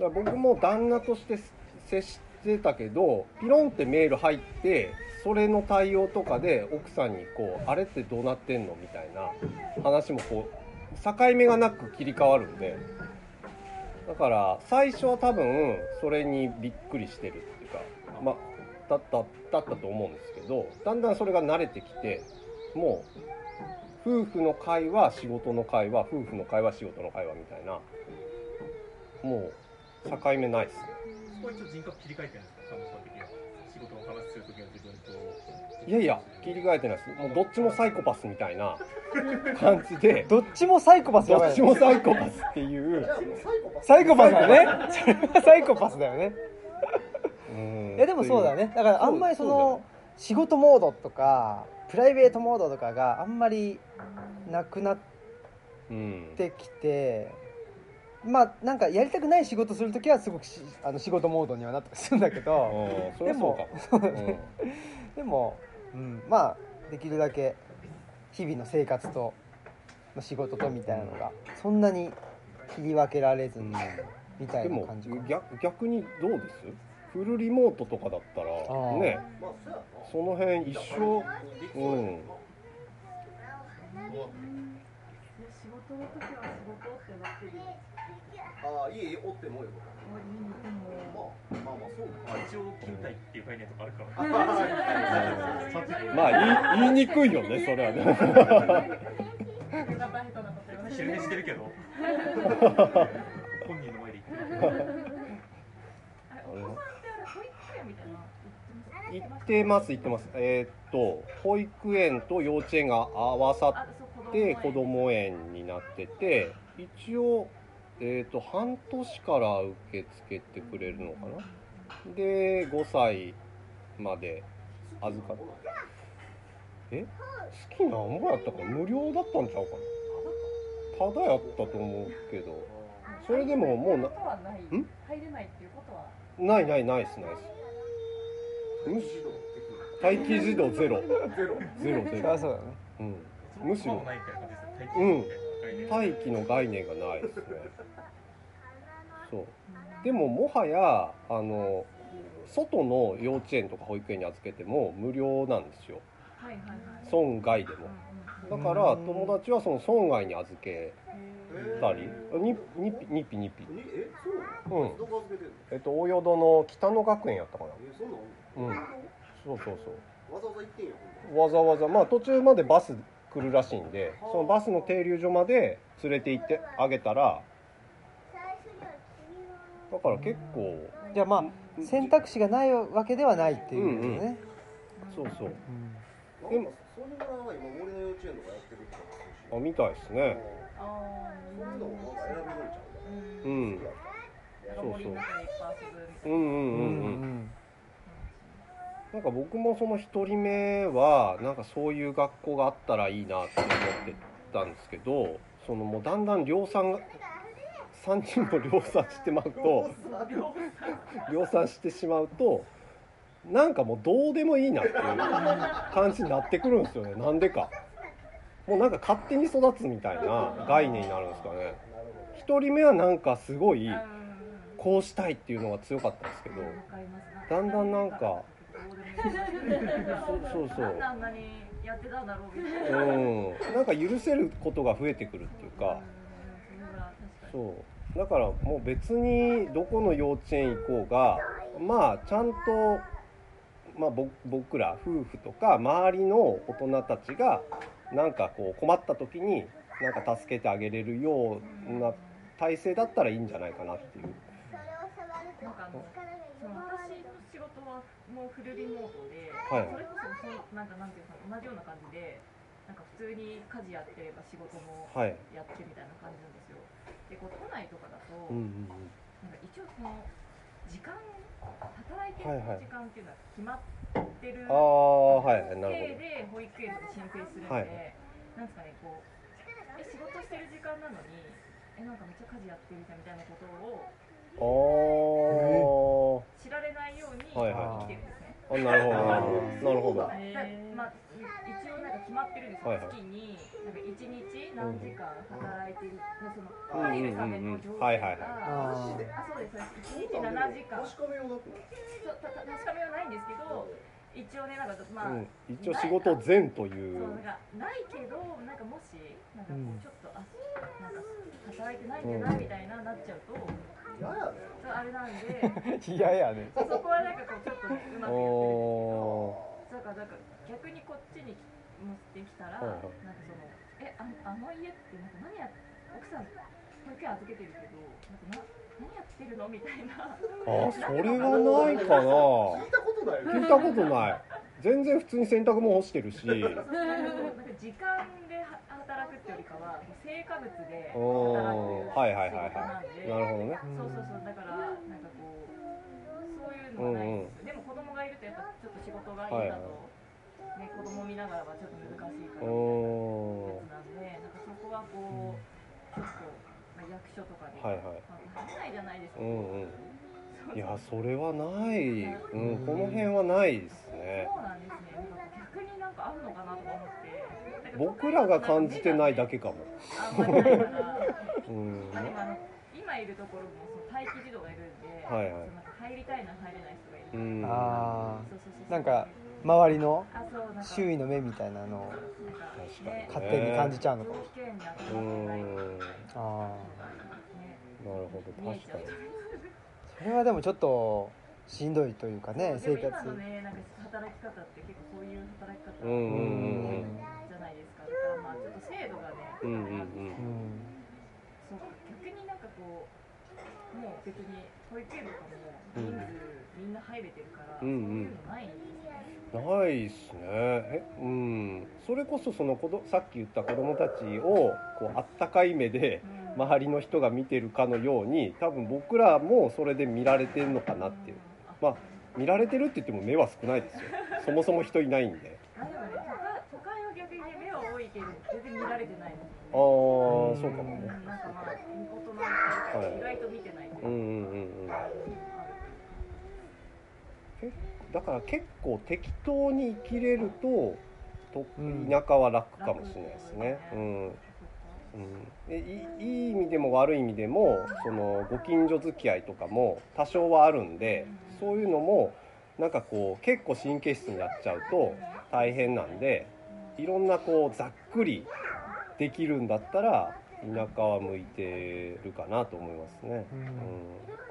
[SPEAKER 2] ら僕も旦那として接してたけどピロンってメール入ってそれの対応とかで奥さんにこう「あれってどうなってんの?」みたいな話もこう境目がなく切り替わるんでだから最初は多分それにびっくりしてるっていうかまあだっただったと思うんですけどだんだんそれが慣れてきてもう夫婦の会は仕事の会は夫婦の会は仕事の会はみたいなもう境目ないですね
[SPEAKER 5] そこは一応人格切り替えてるんですかサモさん的には仕事の話するときの自分と
[SPEAKER 2] いやいや切り替えてないですもうどっちもサイコパスみたいな感じで
[SPEAKER 1] どっちもサイコパス
[SPEAKER 2] ど
[SPEAKER 1] やば
[SPEAKER 2] っ
[SPEAKER 1] い
[SPEAKER 2] ちもサイコパスっていう
[SPEAKER 4] じゃあもうサイコパス
[SPEAKER 1] サイコパスだねそれはサイコパスだよね
[SPEAKER 2] うん
[SPEAKER 1] いやでもそうだねだからあんまりそ
[SPEAKER 2] そう
[SPEAKER 1] の仕事モードとかプライベートモードとかがあんまりなくなっ
[SPEAKER 2] うん
[SPEAKER 1] ってきてまあなんかやりたくない仕事する時はすごくしあの仕事モードにはなったりするんだけ
[SPEAKER 2] あ
[SPEAKER 1] ど
[SPEAKER 2] ーそれはそうかも、うん
[SPEAKER 1] でも、うん、まあできるだけ日々の生活とまあ仕事とみたいなのがそんなに切り分けられずにみた
[SPEAKER 2] で
[SPEAKER 1] いな
[SPEAKER 2] も
[SPEAKER 1] 感じかな
[SPEAKER 2] 逆逆にどうですフルリモートとかだったら
[SPEAKER 1] ー
[SPEAKER 2] ね
[SPEAKER 4] まあそやな
[SPEAKER 2] その辺一生うん
[SPEAKER 3] 仕事の時は仕事ってなってるよ。
[SPEAKER 4] ああ家おってもよ
[SPEAKER 3] もういいのでも
[SPEAKER 4] まあまあまあそう
[SPEAKER 5] まあ一応勤怠っていう概念とかあるから。
[SPEAKER 2] まあ言い言いにくいよねそれはね
[SPEAKER 3] バイトのこと言わない
[SPEAKER 5] 昼寝してるけ ど。本人の前で言ってる。
[SPEAKER 3] あれお子さんってあれ保育園みたいなの言
[SPEAKER 2] 行
[SPEAKER 3] ってま
[SPEAKER 2] ってま
[SPEAKER 3] す
[SPEAKER 2] す行ってますえーっと保育園と幼稚園が合わさっ
[SPEAKER 3] あそう子
[SPEAKER 2] で子
[SPEAKER 3] 供園
[SPEAKER 2] 供園になってて一応、えー、と半年から受け付けてくれるのかなで5歳まで預かってえ好きなんぼやったか無料だったんちゃうかなただやったと思うけどそれでももうな
[SPEAKER 3] ことはない
[SPEAKER 2] ん
[SPEAKER 3] 入れないっていうことは
[SPEAKER 2] ないないないっすないっすむし待機児童ゼロゼ
[SPEAKER 4] ゼロ
[SPEAKER 2] ロ
[SPEAKER 1] そ
[SPEAKER 2] ゼ
[SPEAKER 1] りゃ
[SPEAKER 2] ロ
[SPEAKER 1] そうだね
[SPEAKER 2] うん
[SPEAKER 5] その心もないみたいな感じです
[SPEAKER 2] うん
[SPEAKER 5] ね。
[SPEAKER 2] 待機の概念がないですねそうでももはやあの外の幼稚園とか保育園に預けても無料なんですよ
[SPEAKER 3] はいはいはい
[SPEAKER 2] 村外で
[SPEAKER 3] うん
[SPEAKER 2] も
[SPEAKER 3] うん
[SPEAKER 2] だから
[SPEAKER 1] うん
[SPEAKER 2] 友達はその村外に預けたりにににぴにぴ
[SPEAKER 4] にえそう
[SPEAKER 2] うん
[SPEAKER 4] どこ預けてんの
[SPEAKER 2] えっと大淀の北野学園やったか
[SPEAKER 4] えそんなん
[SPEAKER 2] なうんそうそうそ
[SPEAKER 4] わざわざ行ってんやほん
[SPEAKER 2] うわざわざまあ途中までバス来るらしいんでそのバスの停留所まで連れて行ってあげたらだから結構
[SPEAKER 1] じゃあまあ選択肢がないわけではないっていうことね、
[SPEAKER 2] そうそう
[SPEAKER 4] まなんかそれが今森の幼稚園とかやってるって
[SPEAKER 2] あ
[SPEAKER 4] 話
[SPEAKER 2] みたいです
[SPEAKER 4] あ
[SPEAKER 2] ね
[SPEAKER 3] あー
[SPEAKER 4] そういうのもなんか選べるんちゃ
[SPEAKER 2] う
[SPEAKER 4] うん
[SPEAKER 3] うん
[SPEAKER 2] そうそう
[SPEAKER 3] 森の中でいっぱい遊ぶみ
[SPEAKER 2] う
[SPEAKER 3] たいな
[SPEAKER 2] んう
[SPEAKER 1] うん
[SPEAKER 2] んうんうん
[SPEAKER 1] うん
[SPEAKER 2] なんか僕もその一人目はなんかそういう学校があったらいいなって思ってたんですけどそのもうだんだん量産が3人も量産してまうと量産してしまうとなんかもうどうでもいいなっていう感じになってくるんですよねなんでかもうなんか勝手に育つみたいな概念になるんですかね
[SPEAKER 4] なるほど
[SPEAKER 2] 一人目はなんかすごい
[SPEAKER 3] うんうんうん
[SPEAKER 2] こうしたいっていうのが強かったんですけど
[SPEAKER 3] わかります
[SPEAKER 2] だんだんなんか
[SPEAKER 3] どうでもいい
[SPEAKER 2] そそうそう
[SPEAKER 3] なんであんなにやってたんだろうみたいな
[SPEAKER 2] うん、なんか許せることが増えてくるっていうか、
[SPEAKER 3] うんうんうんそれは確かに
[SPEAKER 2] そうだからもう別にどこの幼稚園行こうがまあちゃんと、まあ、ぼ僕ら夫婦とか周りの大人たちがなんかこう困った時になんか助けてあげれるような体制だったらいいんじゃないかなっていう。
[SPEAKER 3] なんかあのその私の仕事はもうフルリモートで、
[SPEAKER 2] はい
[SPEAKER 3] それこそそうなんかなんていうか同じような感じでなんか普通に家事やってれば仕事も
[SPEAKER 2] はい
[SPEAKER 3] やってみたいな感じなんですよでこう都内とかだと、
[SPEAKER 2] うんうん
[SPEAKER 3] なんか一応その時間働いてる時間っていうのは決まってる、
[SPEAKER 2] うん、ああはいなる
[SPEAKER 3] 系で保育園とか申請するんで、
[SPEAKER 2] はい
[SPEAKER 3] なんですかねこうえ仕事してる時間なのにえなんかめっちゃ家事やってるじゃんみたいなことを
[SPEAKER 2] ほど。
[SPEAKER 3] 知られないように生
[SPEAKER 2] はい
[SPEAKER 1] はい
[SPEAKER 3] きてるんですね、
[SPEAKER 2] あーあなるほどなるほどなるほど。
[SPEAKER 3] だまあ、い一応なんか決まってるんですよ、
[SPEAKER 2] はいはい
[SPEAKER 3] 月になんか1日何時間働いてる、でその
[SPEAKER 4] うん
[SPEAKER 3] 入るための条件が、
[SPEAKER 2] はいはいはい
[SPEAKER 1] あ
[SPEAKER 3] あそうですそうです1日7時間
[SPEAKER 4] 確かめようなく
[SPEAKER 3] そうたた確かめはないんですけど一応ねなんかま
[SPEAKER 2] う
[SPEAKER 3] あ、
[SPEAKER 2] ん、一応仕事善とい
[SPEAKER 3] そ
[SPEAKER 2] う
[SPEAKER 3] うなんかないけどなんかもしなんかこ
[SPEAKER 1] うん
[SPEAKER 3] うちょっと、あなんか働いてないんだなみたいななっちゃうと、
[SPEAKER 4] 嫌やね
[SPEAKER 3] そうあれなんで
[SPEAKER 1] うんいやいやね
[SPEAKER 3] そこはなんかこうちょっとねうまくやってるんですけど。
[SPEAKER 2] お
[SPEAKER 3] だからなんか逆にこっちに持ってきたら、
[SPEAKER 2] はいはい
[SPEAKER 3] なんかそのえああの家ってなんか何や奥さん保育園預けてるけどなんかな何やってるのみたい
[SPEAKER 2] あ
[SPEAKER 3] な
[SPEAKER 2] それはないか
[SPEAKER 4] 聞いたことないよ
[SPEAKER 2] な聞いたことない全然普通に洗濯物干してるし
[SPEAKER 3] そうなんか時間では働くってよりかはもう成果物で働
[SPEAKER 2] おお
[SPEAKER 3] く
[SPEAKER 2] はいはいはい
[SPEAKER 3] な
[SPEAKER 2] は
[SPEAKER 3] んで
[SPEAKER 2] いなるほどね
[SPEAKER 1] ほど
[SPEAKER 3] そうそうそうだからなんかこうそういうのはないんですよ、でも子供がいるとやっぱちょっと仕事が家だと、ね子供見ながらはちょっと難しいから
[SPEAKER 2] お
[SPEAKER 3] やつなんで、なんかそこはこう、ないじゃないですか。
[SPEAKER 2] うんうん
[SPEAKER 3] そう
[SPEAKER 2] いやそれはない、うん、この辺はないですね
[SPEAKER 3] そうなんですね。なんか逆になんかあるのかなと思って。
[SPEAKER 2] 僕らが感じてないだけかも、
[SPEAKER 3] あんまりないから。
[SPEAKER 2] うん、
[SPEAKER 3] まあでもあの今いるところもその待機児童がいるんで、
[SPEAKER 2] はいはい
[SPEAKER 3] そのなんか入りたいな入れない人がいる。
[SPEAKER 2] うん
[SPEAKER 1] あ
[SPEAKER 3] そうそうそうそう
[SPEAKER 1] なんか周りの
[SPEAKER 3] あそうなんか
[SPEAKER 1] 周囲の目みたいなのを
[SPEAKER 3] なんか
[SPEAKER 2] 確かに
[SPEAKER 3] ね
[SPEAKER 1] 勝手に感じちゃうのか
[SPEAKER 3] 同
[SPEAKER 1] も
[SPEAKER 3] 期になって
[SPEAKER 2] う
[SPEAKER 3] もらえない
[SPEAKER 2] んな
[SPEAKER 1] あ
[SPEAKER 2] る
[SPEAKER 3] ね
[SPEAKER 2] ほど確かに
[SPEAKER 1] あそれはでもちょっとしんどいというかね
[SPEAKER 3] で
[SPEAKER 1] 生
[SPEAKER 3] も
[SPEAKER 1] 活
[SPEAKER 3] 今のねなんか働き方って結構そういう働き方
[SPEAKER 2] うんうん
[SPEAKER 1] うん
[SPEAKER 3] じゃないですか。だからまあちょっと制度がね、
[SPEAKER 2] うんうんうん
[SPEAKER 1] うん
[SPEAKER 3] そうか逆になんかこうもう別に保育園とかも
[SPEAKER 2] うん
[SPEAKER 3] 人数みんな入れてるから、
[SPEAKER 2] うんうん
[SPEAKER 3] そういうのないんですよね。
[SPEAKER 2] ないっすねえうんそれこそその子どさっき言った子供たちをこうあったかい目で
[SPEAKER 3] うん
[SPEAKER 2] 周りの人が見てるかのように多分僕らもそれで見られてるのかなっていうまあ見られてるって言っても目は少ないですよそもそも人いないんで
[SPEAKER 3] あでもね、都会都会は逆にね目は多いけど全然見られてないです
[SPEAKER 2] ああそうかも
[SPEAKER 3] うん
[SPEAKER 2] ね
[SPEAKER 3] なんかまあ大人の二人から意外と見てないといううんか
[SPEAKER 2] うんうんうんだから結構適当に生きれるとと
[SPEAKER 1] うん
[SPEAKER 2] 田舎は楽かもしれないですね、
[SPEAKER 3] 楽
[SPEAKER 2] うんうん、でいいいい意味でも悪い意味でもそのご近所付き合いとかも多少はあるんでそういうのもなんかこう結構神経質になっちゃうと大変なんでいろんなこうざっくりできるんだったら田舎は向いてるかなと思いますね。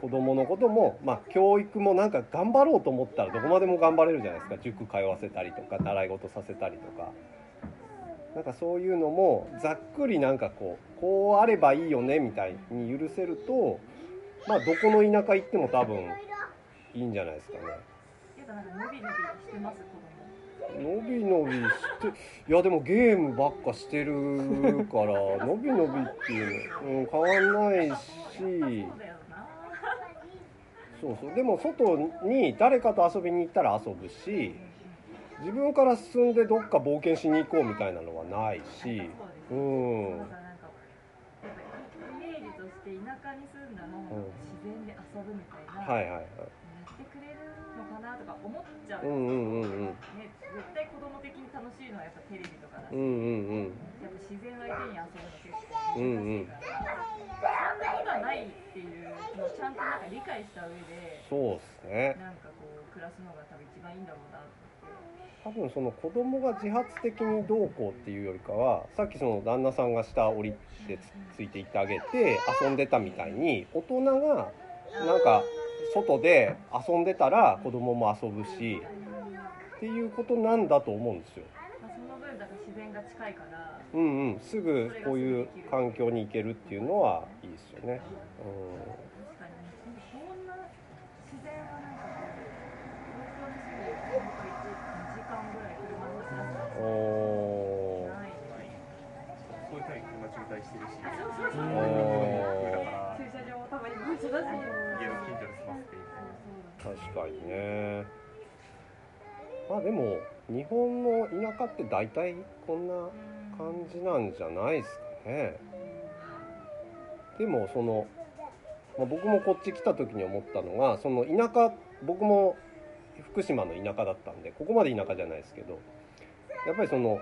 [SPEAKER 2] うん、子供のことも、まあ、教育もなんか頑張ろうと思ったらどこまでも頑張れるじゃないですか塾通わせたりとか習い事させたりとかなんかそういうのもざっくりなんかこうこうあればいいよねみたいに許せるとまあどこの田舎行っても多分いいんじゃないですかね。
[SPEAKER 3] やっぱなんか伸び伸びしてます子供
[SPEAKER 2] のびのびしてい やでもゲームばっかしてるからのびのびっていうの、うん、変わんないし
[SPEAKER 3] そうだよな
[SPEAKER 2] そうそうでも外に誰かと遊びに行ったら遊ぶし自分から進んでどっか冒険しに行こうみたいなのはないしう
[SPEAKER 3] そ
[SPEAKER 2] ん
[SPEAKER 3] うだからなんかやっぱイメージとして田舎に住んだら
[SPEAKER 2] ん
[SPEAKER 3] 自然で遊ぶみたいな、
[SPEAKER 2] はいはいはい
[SPEAKER 3] やってくれるのかなとか思っちゃう、
[SPEAKER 2] う
[SPEAKER 3] ね
[SPEAKER 2] んうんうんうん
[SPEAKER 3] 絶対子供的に楽しいのはやっぱテレビとかだし、
[SPEAKER 2] うんうんうん
[SPEAKER 3] やっぱ自然相手に遊ぶの結構難しいから、そんなことはないっていうのをちゃんとなんか理解した上で
[SPEAKER 2] そうっすね
[SPEAKER 3] なんかこう暮らすのが多分一番いいんだろうなと思って。
[SPEAKER 2] 多分その子供が自発的にどうこうっていうよりかはさっきその旦那さんが下降りてつついていってあげて遊んでたみたいに大人がなんか外で遊んでたら子供も遊ぶしっていうことなんだと思うんですよ。
[SPEAKER 3] まあ、その分だから自然が近いから
[SPEAKER 2] うんうん、すぐこういう環境に行けるっていうのはいいですよね。
[SPEAKER 3] 確かにねこんな自然はなんかこう東京に住んでると2時間ぐらい車の中
[SPEAKER 2] うん、お
[SPEAKER 3] ない
[SPEAKER 5] こういうタイプが渋滞してるし、だか
[SPEAKER 3] そうそう
[SPEAKER 2] ー
[SPEAKER 3] そう
[SPEAKER 2] お
[SPEAKER 5] ら
[SPEAKER 3] 駐車場もたまに満車だし
[SPEAKER 5] 家の近所で済ませてい
[SPEAKER 3] そうそう
[SPEAKER 5] て、
[SPEAKER 2] ー確かにね。まあでも日本の田舎って大体こんな感じなんじゃないですかね。でもその、まあ、僕もこっち来た時に思ったのがその田舎僕も福島の田舎だったんでここまで田舎じゃないですけどやっぱりその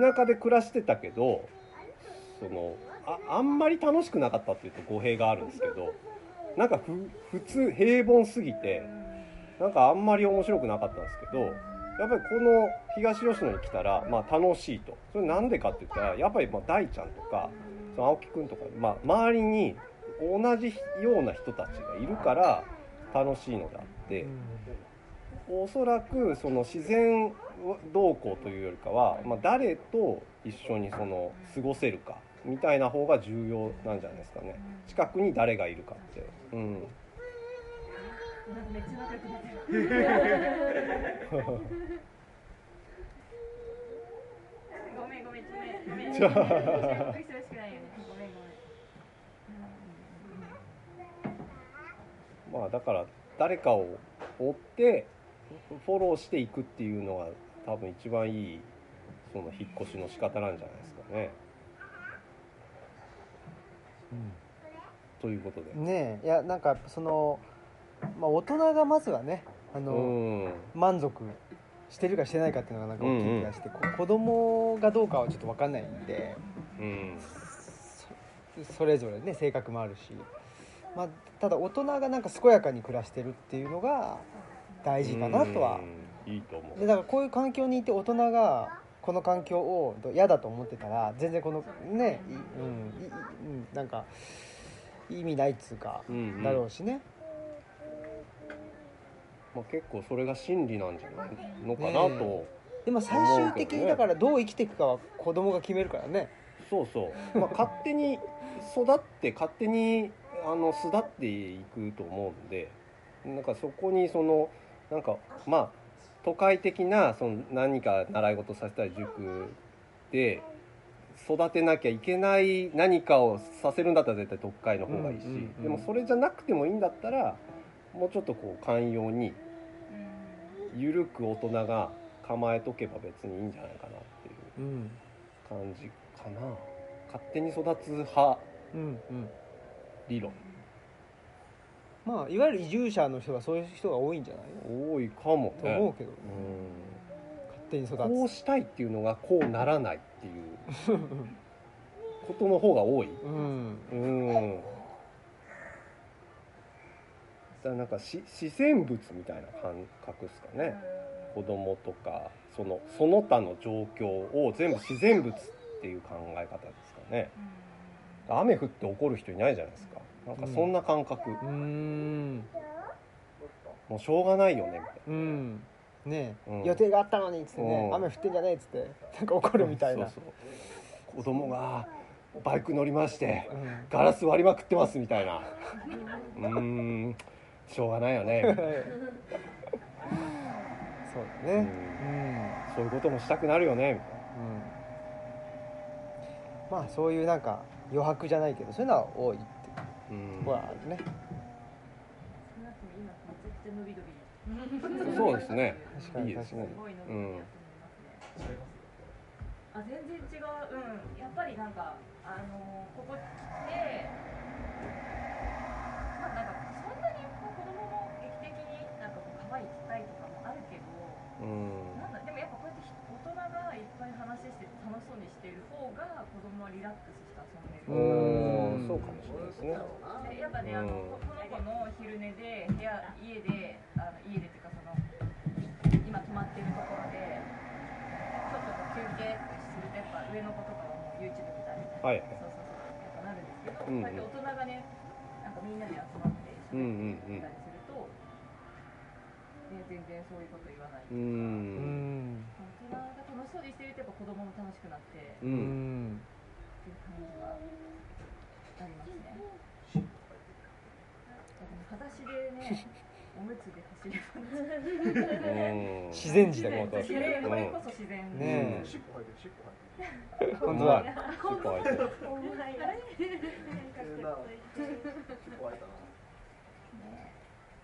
[SPEAKER 2] 田舎で暮らしてたけどそのああんまり楽しくなかったっていうと語弊があるんですけどなんかふ普通平凡すぎてなんかあんまり面白くなかったんですけどやっぱりこの東吉野に来たら、まあ、楽しいとそれなんでかって言ったらやっぱりまあ大ちゃんとかその青木くんとか、まあ、周りに同じような人たちがいるから楽しいのであっておそらくその自然動向というよりかは、まあ、誰と一緒にその過ごせるかみたいな方が重要なんじゃないですかね近くに誰がいるかって。うん
[SPEAKER 3] なんかめっちゃ仲良くなってるごめんごめんごめんごめんごめん忙しくないよねごめんごめん
[SPEAKER 2] まあだから誰かを追ってフォローしていくっていうのが多分一番いいその引っ越しの仕方なんじゃないですかね。ということで
[SPEAKER 1] ねえいやなんかその、まあ、大人がまずはねあ
[SPEAKER 2] う
[SPEAKER 1] の、
[SPEAKER 2] ん
[SPEAKER 1] 満足してるかしてないかっていうのがなんか大きい気がして、こ子供がどうかはちょっと分かんないんで
[SPEAKER 2] うん
[SPEAKER 1] そそれぞれね性格もあるし、まあ、ただ大人がなんか健やかに暮らしてるっていうのが大事かなとは、
[SPEAKER 2] うんいいと思う
[SPEAKER 1] でだからこういう環境にいて大人がこの環境をど嫌だと思ってたら全然このねいうんいいうんなんか意味ないっつうか、
[SPEAKER 2] うんうん
[SPEAKER 1] だろうしね
[SPEAKER 2] まあ、結構それが真理なんじゃないのかなと、
[SPEAKER 1] ねでも最終的にだからどう生きていくかは子供が決めるからね
[SPEAKER 2] そうそう、まあ、勝手に育って勝手にあの巣立っていくと思うんでなんかそこにそのなんかまあ都会的なその何か習い事させたり塾で育てなきゃいけない何かをさせるんだったら絶対都会の方がいいし、
[SPEAKER 1] うんうんうん
[SPEAKER 2] でもそれじゃなくてもいいんだったらもうちょっとこう寛容に緩く大人が構えとけば別にいいんじゃないかなってい
[SPEAKER 1] う
[SPEAKER 2] う。
[SPEAKER 1] ん
[SPEAKER 2] 感じかな勝手に育つ派
[SPEAKER 1] うんうん
[SPEAKER 2] 理論
[SPEAKER 1] まあいわゆる移住者の人はそういう人が多いんじゃない
[SPEAKER 2] 多いかも
[SPEAKER 1] と思う
[SPEAKER 2] ね
[SPEAKER 1] けど、
[SPEAKER 2] うん
[SPEAKER 1] 勝手に育つ
[SPEAKER 2] こうしたいっていうのがこうならないっていうことの方が多い
[SPEAKER 1] うん
[SPEAKER 2] うんだからなんかし視線物みたいな感覚ですかね子供とかそのその他の状況を全部自然物っていう考え方ですかね雨降って怒る人いないじゃないですかなんかそんな感覚、
[SPEAKER 1] うーん
[SPEAKER 2] もうしょうがないよねみたいな
[SPEAKER 1] うんねえ、
[SPEAKER 2] うん
[SPEAKER 1] 予定があったのにっつってね、
[SPEAKER 2] うん
[SPEAKER 1] 雨降ってんじゃねえっつってなんか怒るみたいな
[SPEAKER 2] そうそう子供がバイク乗りまして
[SPEAKER 1] うん
[SPEAKER 2] ガラス割りまくってますみたいなうーんしょうがないよ
[SPEAKER 1] はい
[SPEAKER 2] ね
[SPEAKER 1] そうだね
[SPEAKER 2] そういうこともしたくなるよねみたいな
[SPEAKER 1] うん、うんまあそういうなんか余白じゃないけどそういうのは多いって
[SPEAKER 2] うん
[SPEAKER 1] ほらね
[SPEAKER 2] そうですね
[SPEAKER 1] 確かに
[SPEAKER 2] いいですね
[SPEAKER 1] 確
[SPEAKER 2] うん
[SPEAKER 3] あ全然違う、うん、やっぱりなんか、あのーここ来て、まあ、なんかそんなにこう子供も劇的になんかこう可愛い機会とかもあるけど、
[SPEAKER 2] うん
[SPEAKER 3] なんだでもやっぱこうやって大人がいっぱい話して楽しそうにしている方が子供はリラックスして遊んで
[SPEAKER 2] お
[SPEAKER 1] う
[SPEAKER 3] る。
[SPEAKER 1] ん
[SPEAKER 2] ーそうかもしれないですね
[SPEAKER 3] でやっぱね、あのここの子の昼寝で部屋家であの家でっていうかその今泊まってるところでちょっとこう休憩するとやっぱ上の子とかはもう YouTube 見たりとか、
[SPEAKER 2] はい
[SPEAKER 3] そうそうそうやっぱなるんですけど、
[SPEAKER 2] うん
[SPEAKER 3] こうやって大人がねなんかみんなで集まって
[SPEAKER 2] うんう
[SPEAKER 3] 喋
[SPEAKER 2] んうん
[SPEAKER 3] ったりすると、ね、全然そういうこと言わない。
[SPEAKER 2] う
[SPEAKER 3] 大
[SPEAKER 1] うんん
[SPEAKER 3] 人が楽しそうにしてるとやっぱ子供も楽しくなってっていううん
[SPEAKER 1] ん
[SPEAKER 3] 感じはありますね。裸足で ね、おむつで走る感じ。
[SPEAKER 2] うん
[SPEAKER 1] 自然児だけ
[SPEAKER 2] ね
[SPEAKER 1] ど
[SPEAKER 3] 自然これこそ自然。
[SPEAKER 1] ねえ
[SPEAKER 4] 尻尾入ってる尻尾入って
[SPEAKER 1] 本当
[SPEAKER 2] うまい
[SPEAKER 1] だ
[SPEAKER 2] 尻尾開いてる
[SPEAKER 4] るな尻尾入っ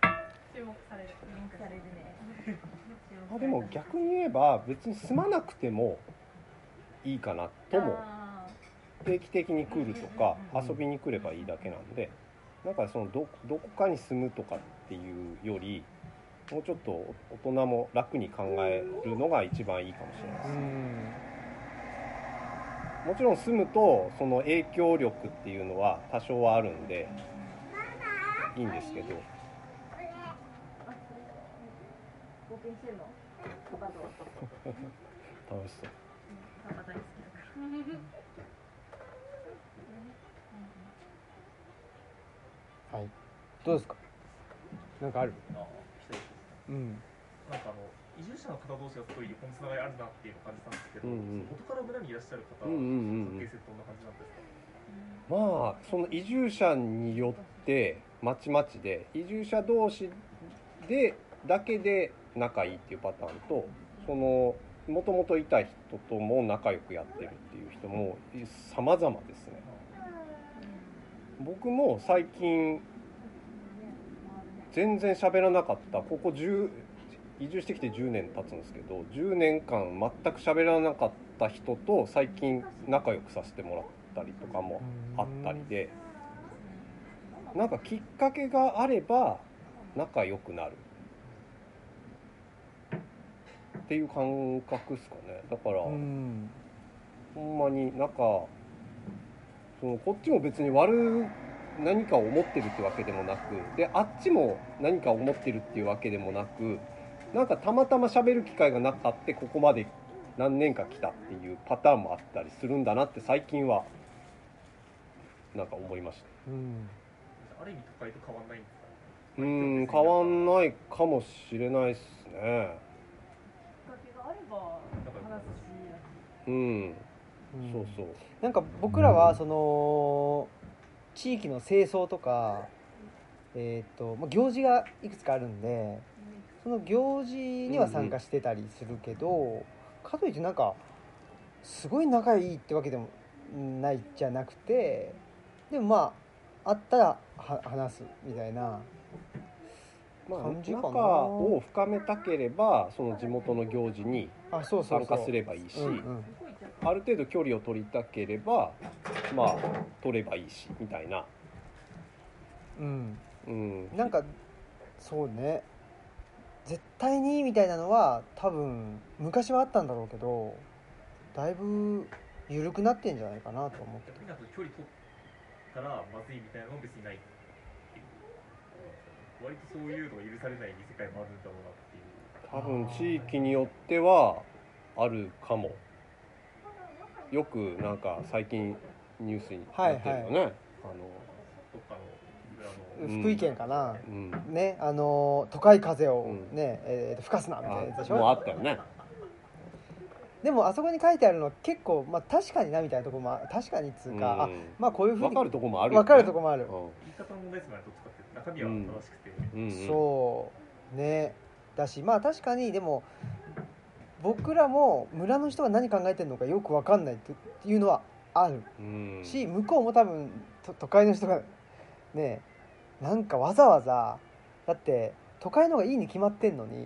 [SPEAKER 4] たな
[SPEAKER 6] 注目される。
[SPEAKER 3] されるね。
[SPEAKER 2] あでも逆に言えば別に住まなくてもいいかなとも
[SPEAKER 3] あ
[SPEAKER 2] 定期的に来るとか
[SPEAKER 1] うん
[SPEAKER 2] 遊びに来ればいいだけなんでなんかそのどどこかに住むとかっていうよりもうちょっと大人も楽に考えるのが一番いいかもしれな
[SPEAKER 1] うん
[SPEAKER 2] いですもちろん住むとその影響力っていうのは多少はあるんでいいんですけど
[SPEAKER 3] ー貢献してるの。パパと
[SPEAKER 2] 楽しそう
[SPEAKER 3] パパ大好きだから。
[SPEAKER 1] はいどうですかなんかある
[SPEAKER 5] あ期待して
[SPEAKER 1] うん
[SPEAKER 5] なんかあの移住者の方同士がすごい横につながりあるなっていうのを感じたんですけど、
[SPEAKER 2] うんうん
[SPEAKER 5] 元から村にいらっしゃる方、
[SPEAKER 2] うんうんうんうん
[SPEAKER 5] 関係性ってどんな感じなんですか、
[SPEAKER 2] まあその移住者によってまちまちで移住者同士でだけで仲いいっていうパターンとそのもともといた人とも仲良くやってるっていう人も様々ですね僕も最近全然喋らなかったここ10移住してきて10年経つんですけど10年間全く喋らなかった人と最近仲良くさせてもらったりとかもあったりでなんかきっかけがあれば仲良くなるっていう感覚ですかねだから、
[SPEAKER 1] うん
[SPEAKER 2] ほんまになんかそのこっちも別に悪い何かを思ってるってわけでもなくであっちも何か思ってるっていうわけでもなくなんかたまたま喋る機会がなかってここまで何年か来たっていうパターンもあったりするんだなって最近はなんか思いました。
[SPEAKER 1] うん
[SPEAKER 5] ある意味都会と変わんないんですか
[SPEAKER 2] うーん変わんないかもしれないっすね
[SPEAKER 3] きっかけがあれば話すし
[SPEAKER 2] うん
[SPEAKER 1] うん
[SPEAKER 2] そうそう
[SPEAKER 1] なんか僕らはその地域の清掃とか、えー、とまあ行事がいくつかあるんでその行事には参加してたりするけど、かといってなんかすごい仲いいってわけでもないじゃなくてでもまあ会ったらは話すみたいな
[SPEAKER 2] まあ
[SPEAKER 1] 感じかな
[SPEAKER 2] 仲を深めたければその地元の行事に
[SPEAKER 1] あそうそうそう
[SPEAKER 2] 参加すればいいし
[SPEAKER 1] うんうん
[SPEAKER 3] 向こう行っちゃった
[SPEAKER 2] ある程度距離を取りたければまあ取ればいいしみたいな
[SPEAKER 1] うん
[SPEAKER 2] うん
[SPEAKER 1] なんかそうね絶対にみたいなのは多分昔はあったんだろうけどだいぶ緩くなってんじゃないかなと思って
[SPEAKER 5] 逆になんか距離取ったらまずいみたいなのも別にないっていう割とそういうのが許されない世界もあるんだろうなっていう
[SPEAKER 2] 多分地域によってはあるかもよくなんか最近ニュースになってるよね、あの
[SPEAKER 5] どっかの村の
[SPEAKER 2] うん
[SPEAKER 1] 福井県かな、
[SPEAKER 2] うん
[SPEAKER 1] ねあの都会風をね、
[SPEAKER 2] うん
[SPEAKER 1] えーと吹かすなみたいなやつでし
[SPEAKER 2] あもうあ
[SPEAKER 1] ょ
[SPEAKER 2] ったよね
[SPEAKER 1] でもあそこに書いてあるのは結構、まあ、確かになみたいなとこもあ確かにっつうか、あ
[SPEAKER 2] うん
[SPEAKER 1] まあこういうふう
[SPEAKER 2] 分
[SPEAKER 1] に
[SPEAKER 2] かるとこもある
[SPEAKER 1] わかるとこもある、
[SPEAKER 2] う
[SPEAKER 5] 言い方の問題ですもんねどっちかって中身は正しくて、
[SPEAKER 2] んうん
[SPEAKER 1] そうねだしまあ確かにでも僕らも村の人が何考えてるのかよく分かんないっていうのはある
[SPEAKER 2] うん
[SPEAKER 1] し、向こうも多分と都会の人がねなんかわざわざだって都会の方がいいに決まってんのにっ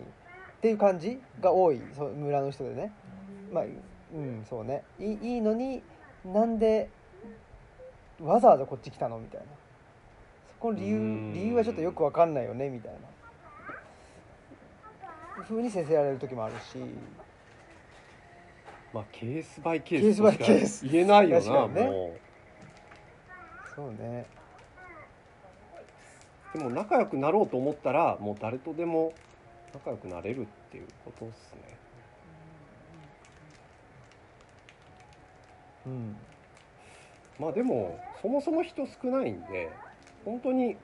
[SPEAKER 1] ていう感じが多いそう村の人でねまあうんそうねいいいいのになんでわざわざこっち来たのみたいなそこの理
[SPEAKER 2] う
[SPEAKER 1] 由
[SPEAKER 2] ん
[SPEAKER 1] 理由はちょっとよくわかんないよねみたいな風にせせられる時もあるし
[SPEAKER 2] まあケースバイケ
[SPEAKER 1] ケー
[SPEAKER 2] ー
[SPEAKER 1] ス
[SPEAKER 2] ス
[SPEAKER 1] バ
[SPEAKER 2] と
[SPEAKER 1] イ
[SPEAKER 2] し
[SPEAKER 1] ケース
[SPEAKER 2] か言えないよ
[SPEAKER 1] 確か
[SPEAKER 2] な
[SPEAKER 1] にね
[SPEAKER 2] も
[SPEAKER 1] そうね
[SPEAKER 2] うでも仲良くなろうと思ったらもう誰とでも仲良くなれるっていうことですね
[SPEAKER 1] うん
[SPEAKER 2] まあでもそもそも人少ないんで本当に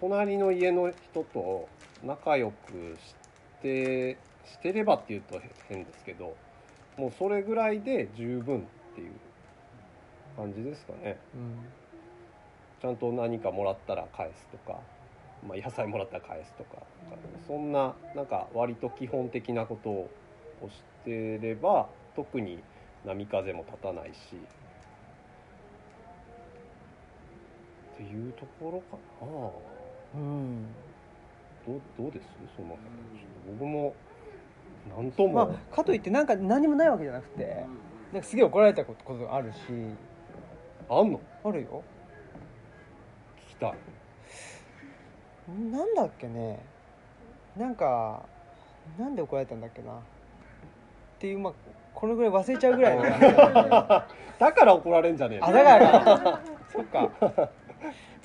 [SPEAKER 2] 隣の家の人と仲良くしてしてればっていうと変ですけどもうそれぐらいで十分っていう感じですかね。
[SPEAKER 1] うん
[SPEAKER 2] ちゃんと何かもらったら返すとか、まあ、野菜もらったら返すとかそんななんか割と基本的なことをしてれば特に波風も立たないしっていうところかな
[SPEAKER 1] うん
[SPEAKER 2] どうどうですその辺ちょっと僕も何とも、
[SPEAKER 1] まあ、かといってなんか何もないわけじゃなくて、なんかすげえ怒られたことことがあるし
[SPEAKER 2] あ、んの
[SPEAKER 1] あるよ
[SPEAKER 2] 聞きたい
[SPEAKER 1] なんだっけねなんかなんで怒られたんだっけなっていうまあこのぐらい忘れちゃうぐ らいの
[SPEAKER 2] だから怒られんじゃねえ
[SPEAKER 1] あ
[SPEAKER 2] の
[SPEAKER 1] だからかそっか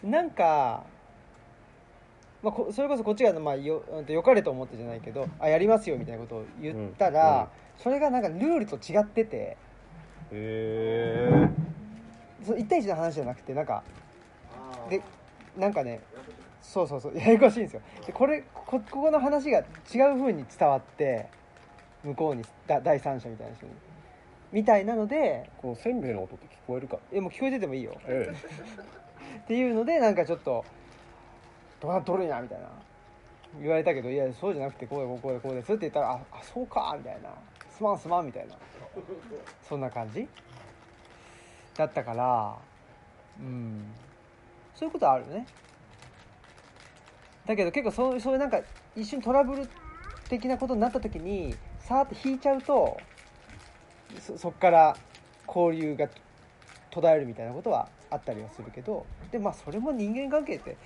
[SPEAKER 1] なんか、まあ、こそれこそこっちが、まあ、ようんとよかれと思ってじゃないけどあやりますよみたいなことを言ったら、それがなんかルールと違ってて
[SPEAKER 2] へ
[SPEAKER 1] その1対1の話じゃなくてなんか
[SPEAKER 4] あー
[SPEAKER 1] でなんかねそうそうそうややこしいんですよでこれこここの話が違う風に伝わって向こうにだ第三者みたいな人にみたいなので
[SPEAKER 2] えこのせんべいの音って聞こえるか
[SPEAKER 1] えもう聞こえててもいいよ
[SPEAKER 2] ええ
[SPEAKER 1] っていうのでなんかちょっと「どうなっとるんや」みたいな言われたけど「いやそうじゃなくてこうでこうこうでこうです」って言ったら「ああそうか」みたいな「すまんすまん」みたいなそんな感じだったからうんそういうことはあるねだけど結構そうそういうなんか一瞬トラブル的なことになった時にさーっと引いちゃうとそそっから交流が途絶えるみたいなことはあったりはするけどでまあそれも人間関係って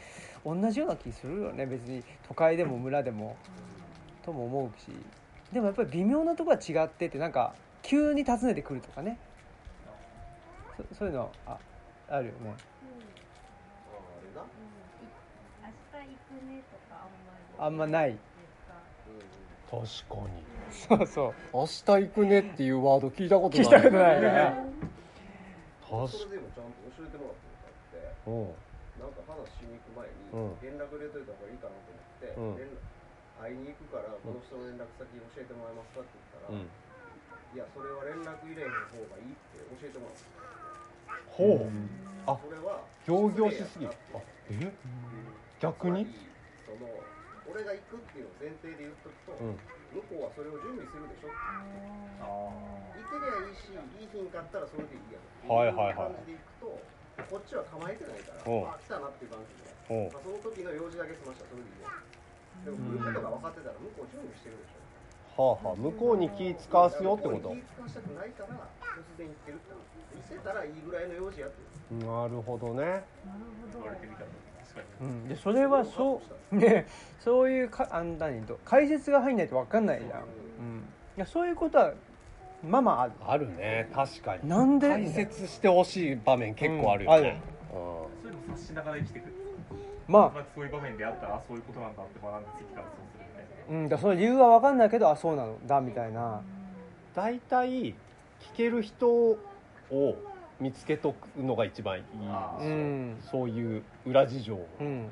[SPEAKER 1] 同じような気するよね別に都会でも村でもとも思うしでもやっぱり微妙なとこは違っててなんか急に訪ねてくるとかねそそういうのああるよね
[SPEAKER 4] あれな、うん
[SPEAKER 6] 明日行くねとかあんまり
[SPEAKER 1] あんまない
[SPEAKER 2] 確かに
[SPEAKER 1] そうそう
[SPEAKER 2] 明日行くねっていうワード聞いたこと
[SPEAKER 1] 聞
[SPEAKER 2] ない
[SPEAKER 1] いたことないね
[SPEAKER 2] 確
[SPEAKER 4] それでもちゃんと教えてもらったことあって
[SPEAKER 2] うんうん
[SPEAKER 4] なんか話しに行く前に
[SPEAKER 2] うん
[SPEAKER 4] 連絡入れといた方がいいかな
[SPEAKER 2] う
[SPEAKER 4] と思
[SPEAKER 2] ん
[SPEAKER 4] って、連絡会いに行くからこの人の連絡先教えてもらえますかって言ったら、いやそれは連絡入れへん方がいいって教えてもらった
[SPEAKER 2] ほうあ
[SPEAKER 4] それは
[SPEAKER 2] 行々しすぎるあえ逆に
[SPEAKER 4] その俺が行くっていうのを前提で言っとくと、
[SPEAKER 2] うん
[SPEAKER 4] 向こうはそれを準備するでしょ
[SPEAKER 5] ああ
[SPEAKER 4] 行けりゃいいしいい品買ったらそれでいいやん
[SPEAKER 2] はいはいはい
[SPEAKER 4] っていう感じで行くとこっちは構えてないから
[SPEAKER 2] うん
[SPEAKER 4] あ来たなっていう感じで、
[SPEAKER 2] うん
[SPEAKER 4] まあ、その時の用事だけ済ましたらそれでいいやでも来ることが分かってたら向こう準備してるでし
[SPEAKER 2] は
[SPEAKER 4] ょ
[SPEAKER 2] あはあ向こうに気使わすよってこ
[SPEAKER 4] 向
[SPEAKER 2] と
[SPEAKER 4] うに気使わせたくないから突然行ってるってこと見せたらいいぐらいの用事やってる
[SPEAKER 2] なるほどね
[SPEAKER 5] 言われてみたら確かに
[SPEAKER 1] うん、でそれはそう、ね、そういうかあんなにと解説が入んないと分かんないじゃん、うん、いやそういうことはまあまあある
[SPEAKER 2] あるね確かに
[SPEAKER 1] なんで
[SPEAKER 2] 解説してほしい場面結構あるよね、うん
[SPEAKER 5] そういうの察しながら生きてくる
[SPEAKER 1] まあ、
[SPEAKER 5] まあそういう場面であったらあそういうことなんだって学んで次からそうするみたいな
[SPEAKER 1] うん、だからその理由は分かんないけどあそうなのだみたいな
[SPEAKER 2] 大体聞ける人を見つけとくのが一番いい
[SPEAKER 5] あ
[SPEAKER 1] う
[SPEAKER 5] ー
[SPEAKER 1] ん
[SPEAKER 2] そういう裏事情を、
[SPEAKER 1] うん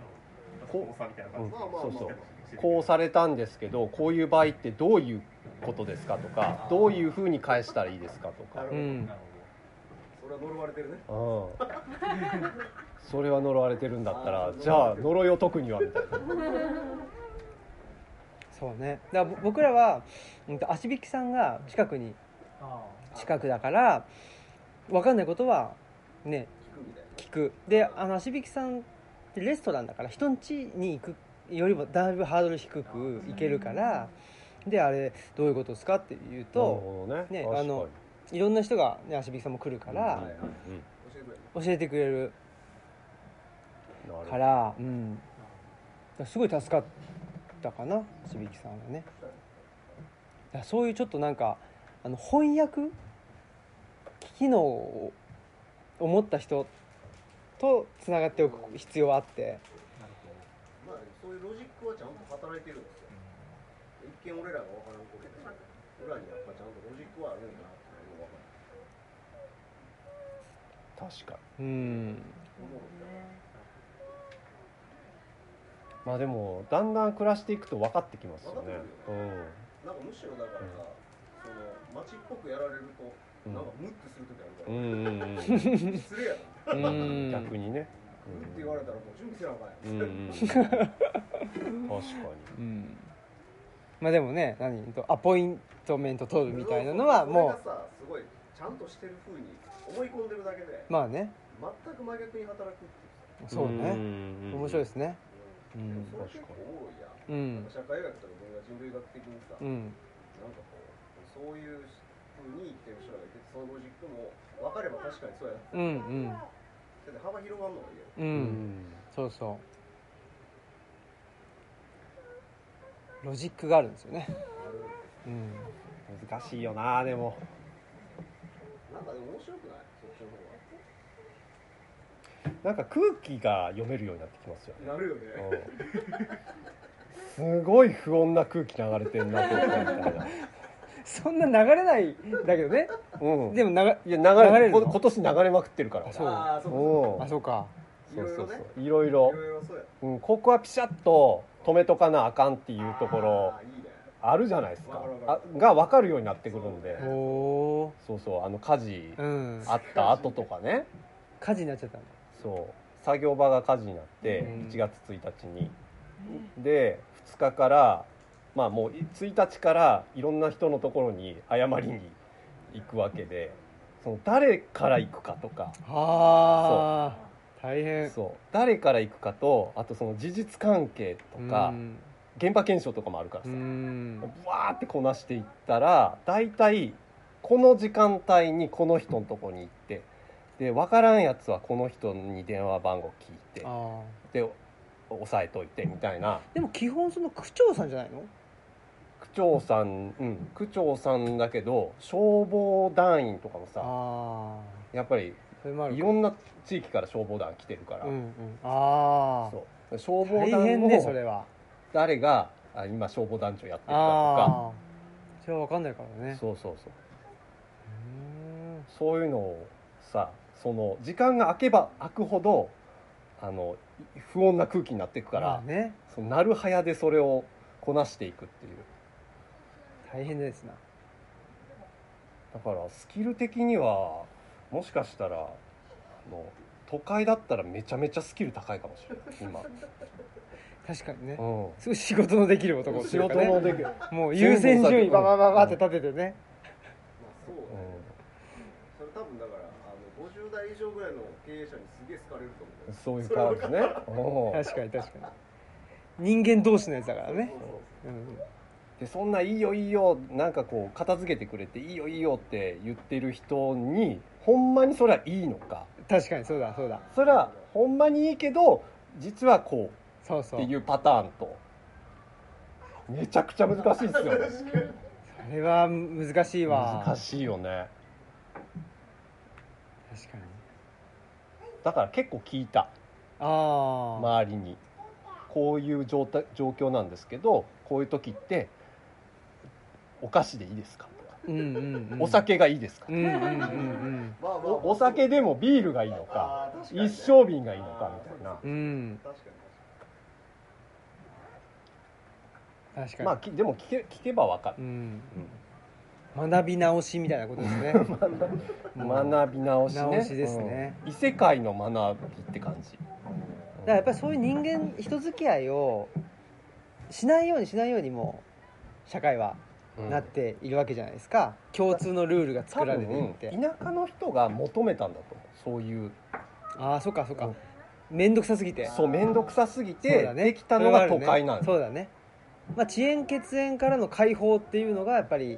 [SPEAKER 5] こうさみたいな感じで
[SPEAKER 4] まあまあまあ
[SPEAKER 2] そうそう
[SPEAKER 5] 教えてくれる
[SPEAKER 2] こうされたんですけどこういう場合ってどういうことですかとかどういうふうに返したらいいですかとか
[SPEAKER 4] なる
[SPEAKER 1] う
[SPEAKER 4] ほど
[SPEAKER 1] ん
[SPEAKER 5] なる
[SPEAKER 4] それは呪われて
[SPEAKER 2] う
[SPEAKER 4] るね
[SPEAKER 2] んそれは呪われてるんだったらじゃあ呪いを解くにはみたいな
[SPEAKER 1] そうねだからぼ僕らは、うんと、足引きさんが近くに
[SPEAKER 5] ほどあ
[SPEAKER 1] 近くだから分かんないことはね
[SPEAKER 4] 聞くみたいな
[SPEAKER 1] 聞くであの足引きさんってレストランだから人ん家に行くよりもだいぶハードル低く行けるからであれどういうことですかって言うと
[SPEAKER 2] なるほどね
[SPEAKER 1] ね
[SPEAKER 2] 確か
[SPEAKER 1] あ
[SPEAKER 2] に
[SPEAKER 1] のいろんな人が、ね、足引きさんも来るから
[SPEAKER 4] はいはい
[SPEAKER 2] うん
[SPEAKER 4] 教えて
[SPEAKER 1] 教えて
[SPEAKER 4] くれる
[SPEAKER 1] くれる
[SPEAKER 2] なるほ
[SPEAKER 1] か
[SPEAKER 2] ど
[SPEAKER 1] ら、うん、だからすごい助かったかなしびきさんはねだからそういうちょっとなんかあの翻訳機能を持った人とつながっておく必要はあって
[SPEAKER 5] あなるほど
[SPEAKER 4] まあねそういうロジックはちゃんと働いてるんですよ一見俺らが分からんことで裏にやっぱちゃんとロジックはあるんだなっていうのが分かる
[SPEAKER 2] 確かに
[SPEAKER 1] うん
[SPEAKER 2] まあでもだんだん暮らしていくと分かってきますよね
[SPEAKER 4] 分かってくなんかむしろだからさその街っぽくやられると
[SPEAKER 2] うん
[SPEAKER 4] なんかムッて
[SPEAKER 2] う
[SPEAKER 4] する時あるか
[SPEAKER 2] んうんうんうん
[SPEAKER 4] ら失礼やな
[SPEAKER 1] う
[SPEAKER 2] うん
[SPEAKER 1] ん
[SPEAKER 2] 逆にね
[SPEAKER 4] ムッて言われたらもう準備せなあかんやん
[SPEAKER 2] うんうん確かに
[SPEAKER 1] うんまあでもね何とアポイントメント取るみたいなのはも
[SPEAKER 4] それがさすごいちゃんとしてる風に思い込んでるだけで
[SPEAKER 1] うまあね
[SPEAKER 4] 全く真逆に働くっていうさ
[SPEAKER 1] そうね
[SPEAKER 2] ん
[SPEAKER 1] 面白いですすねう
[SPEAKER 4] で
[SPEAKER 1] ん
[SPEAKER 4] もそれ結構おもろいや
[SPEAKER 1] う
[SPEAKER 4] ん
[SPEAKER 1] ん
[SPEAKER 4] 社会学とか文化人類学的にさ、
[SPEAKER 1] うん
[SPEAKER 4] なんかこうそういう風に生きてる人がいてそのロジックも分かれば確かにそうやなだ
[SPEAKER 1] うんうん
[SPEAKER 4] って幅広がるのがいいよ
[SPEAKER 1] う
[SPEAKER 2] うんん
[SPEAKER 1] そうそうロジックがあるんですよねうん
[SPEAKER 2] 難しいよなでも
[SPEAKER 4] なんかでも面白くないそっちの方が
[SPEAKER 2] なんか空気が読めるようになってきますよね
[SPEAKER 4] なるよね
[SPEAKER 2] うんすごい不穏な空気流れてんなと思ったみたいな
[SPEAKER 1] そんな流れないんだけどね
[SPEAKER 2] うん
[SPEAKER 1] でも流れ
[SPEAKER 2] いや流
[SPEAKER 1] 流
[SPEAKER 2] れ
[SPEAKER 1] れるの
[SPEAKER 2] こ今年流れまくってるから
[SPEAKER 1] そう
[SPEAKER 4] ああそう
[SPEAKER 2] お
[SPEAKER 1] あそうか
[SPEAKER 2] そうそう
[SPEAKER 4] いろいろ
[SPEAKER 2] そういろいろ
[SPEAKER 4] ねいろいろそうや
[SPEAKER 2] うんここはピシャッと止めとかなあかんっていうところ
[SPEAKER 4] ああいいね
[SPEAKER 2] あるじゃないですか
[SPEAKER 4] わかるわ
[SPEAKER 2] あ
[SPEAKER 4] か
[SPEAKER 2] が分かるようになってくるんで
[SPEAKER 1] おお
[SPEAKER 2] そうそうあの火事
[SPEAKER 1] ーうん
[SPEAKER 2] あった後とかね
[SPEAKER 1] 火事になっちゃったんだ
[SPEAKER 2] そう作業場が火事になって
[SPEAKER 1] うん
[SPEAKER 2] 1月1日にで2日からまあもう1日からいろんな人のところに謝りに行くわけでその誰から行くかとか
[SPEAKER 1] ああ大変
[SPEAKER 2] そう誰から行くかとあとその事実関係とか
[SPEAKER 1] うん
[SPEAKER 2] 現場検証とかもあるから
[SPEAKER 1] う
[SPEAKER 2] さ
[SPEAKER 1] ん
[SPEAKER 2] ブワーってこなしていったら大体この時間帯にこの人のとこに行ってで分からんやつはこの人に電話番号聞いて
[SPEAKER 1] あ
[SPEAKER 2] で押さえといてみたいな
[SPEAKER 1] でも基本その区長さんじゃないの
[SPEAKER 2] 区長さん、うん、区長さんだけど消防団員とかもさ
[SPEAKER 1] あ
[SPEAKER 2] やっぱり
[SPEAKER 1] あそれもある
[SPEAKER 2] い
[SPEAKER 1] か
[SPEAKER 2] ろんな地域から消防団来てるから、
[SPEAKER 1] うんうんああ
[SPEAKER 2] そう消防
[SPEAKER 1] 大
[SPEAKER 2] 団
[SPEAKER 1] 変ねそれ
[SPEAKER 2] の
[SPEAKER 1] は
[SPEAKER 2] 誰があ今消防団長やってるか
[SPEAKER 1] ああそれは分かんないから
[SPEAKER 2] とか
[SPEAKER 1] ね
[SPEAKER 2] そうそうそう
[SPEAKER 1] うーん
[SPEAKER 2] そういうのをさその時間が空けば空くほどあの不穏な空気になっていくから、
[SPEAKER 1] まあね
[SPEAKER 2] そのなるはやでそれをこなしていくっていう
[SPEAKER 1] 大変ですな
[SPEAKER 2] だからスキル的にはもしかしたらあの都会だったらめちゃめちゃスキル高いかもしれない今、
[SPEAKER 1] 確かにね
[SPEAKER 2] う
[SPEAKER 1] すごい仕事のできる男
[SPEAKER 2] ん、
[SPEAKER 1] って
[SPEAKER 2] 仕
[SPEAKER 1] いうか
[SPEAKER 2] 事
[SPEAKER 1] ね
[SPEAKER 2] のできる、
[SPEAKER 1] もう優先順位
[SPEAKER 2] うん
[SPEAKER 1] ババババって立ててね
[SPEAKER 4] まあそう
[SPEAKER 2] う、
[SPEAKER 4] だね、それ多分だからあの50代以上ぐらいの経営者にすげえ好かれると思うんよ
[SPEAKER 2] そういう感じねうん
[SPEAKER 1] 確かに確かに人間同士のやつだからね
[SPEAKER 4] そうそうそう
[SPEAKER 1] うん
[SPEAKER 2] でそんないいよいいよなんかこう片付けてくれていいよいいよって言ってる人にほんまにそれはいいのか
[SPEAKER 1] 確かにそうだそうだ
[SPEAKER 2] それはほんまにいいけど実はこ
[SPEAKER 1] そう
[SPEAKER 2] う
[SPEAKER 1] そ
[SPEAKER 2] っ
[SPEAKER 1] う
[SPEAKER 2] ていうパターンとめちゃくちゃ難しいっすよね
[SPEAKER 1] あれは難しいわ
[SPEAKER 2] 難しいよね
[SPEAKER 1] 確かに
[SPEAKER 2] だから結構聞いた
[SPEAKER 1] ああ、
[SPEAKER 2] 周りにこういう状態状況なんですけどこういう時ってお菓子でいいですかとか
[SPEAKER 1] うんうん、うん、
[SPEAKER 2] お酒がいいですか
[SPEAKER 1] うんうんうんうん
[SPEAKER 4] まあまあまあ
[SPEAKER 2] おお酒でもビールがいいのか
[SPEAKER 4] あー確かにね
[SPEAKER 2] 一升瓶がいいのかみたいな
[SPEAKER 1] うん
[SPEAKER 4] 確かに
[SPEAKER 1] 確かに、
[SPEAKER 2] まあきでも聞け聞けばわか
[SPEAKER 1] う
[SPEAKER 2] る、
[SPEAKER 1] ん、学び直しみたいなこと ですね
[SPEAKER 2] 学び直しね
[SPEAKER 1] 直しですね、
[SPEAKER 2] うん異世界の学びって感じ、
[SPEAKER 1] だからやっぱりそういう人間人付き合いをしないようにしないようにもう社会は
[SPEAKER 2] うん
[SPEAKER 1] なっているわけじゃないですか、共通のルールが
[SPEAKER 2] 多
[SPEAKER 1] 作られていっ
[SPEAKER 2] 分
[SPEAKER 1] て、
[SPEAKER 2] 田舎の人が求めたんだと思うそういう
[SPEAKER 1] ああそっかそっか面倒くさすぎて
[SPEAKER 2] そう面倒くさすぎ
[SPEAKER 1] そう
[SPEAKER 2] て
[SPEAKER 1] だね
[SPEAKER 2] できたのが都会なん
[SPEAKER 1] そうだね、まあ、遅延血縁からの解放っていうのがやっぱり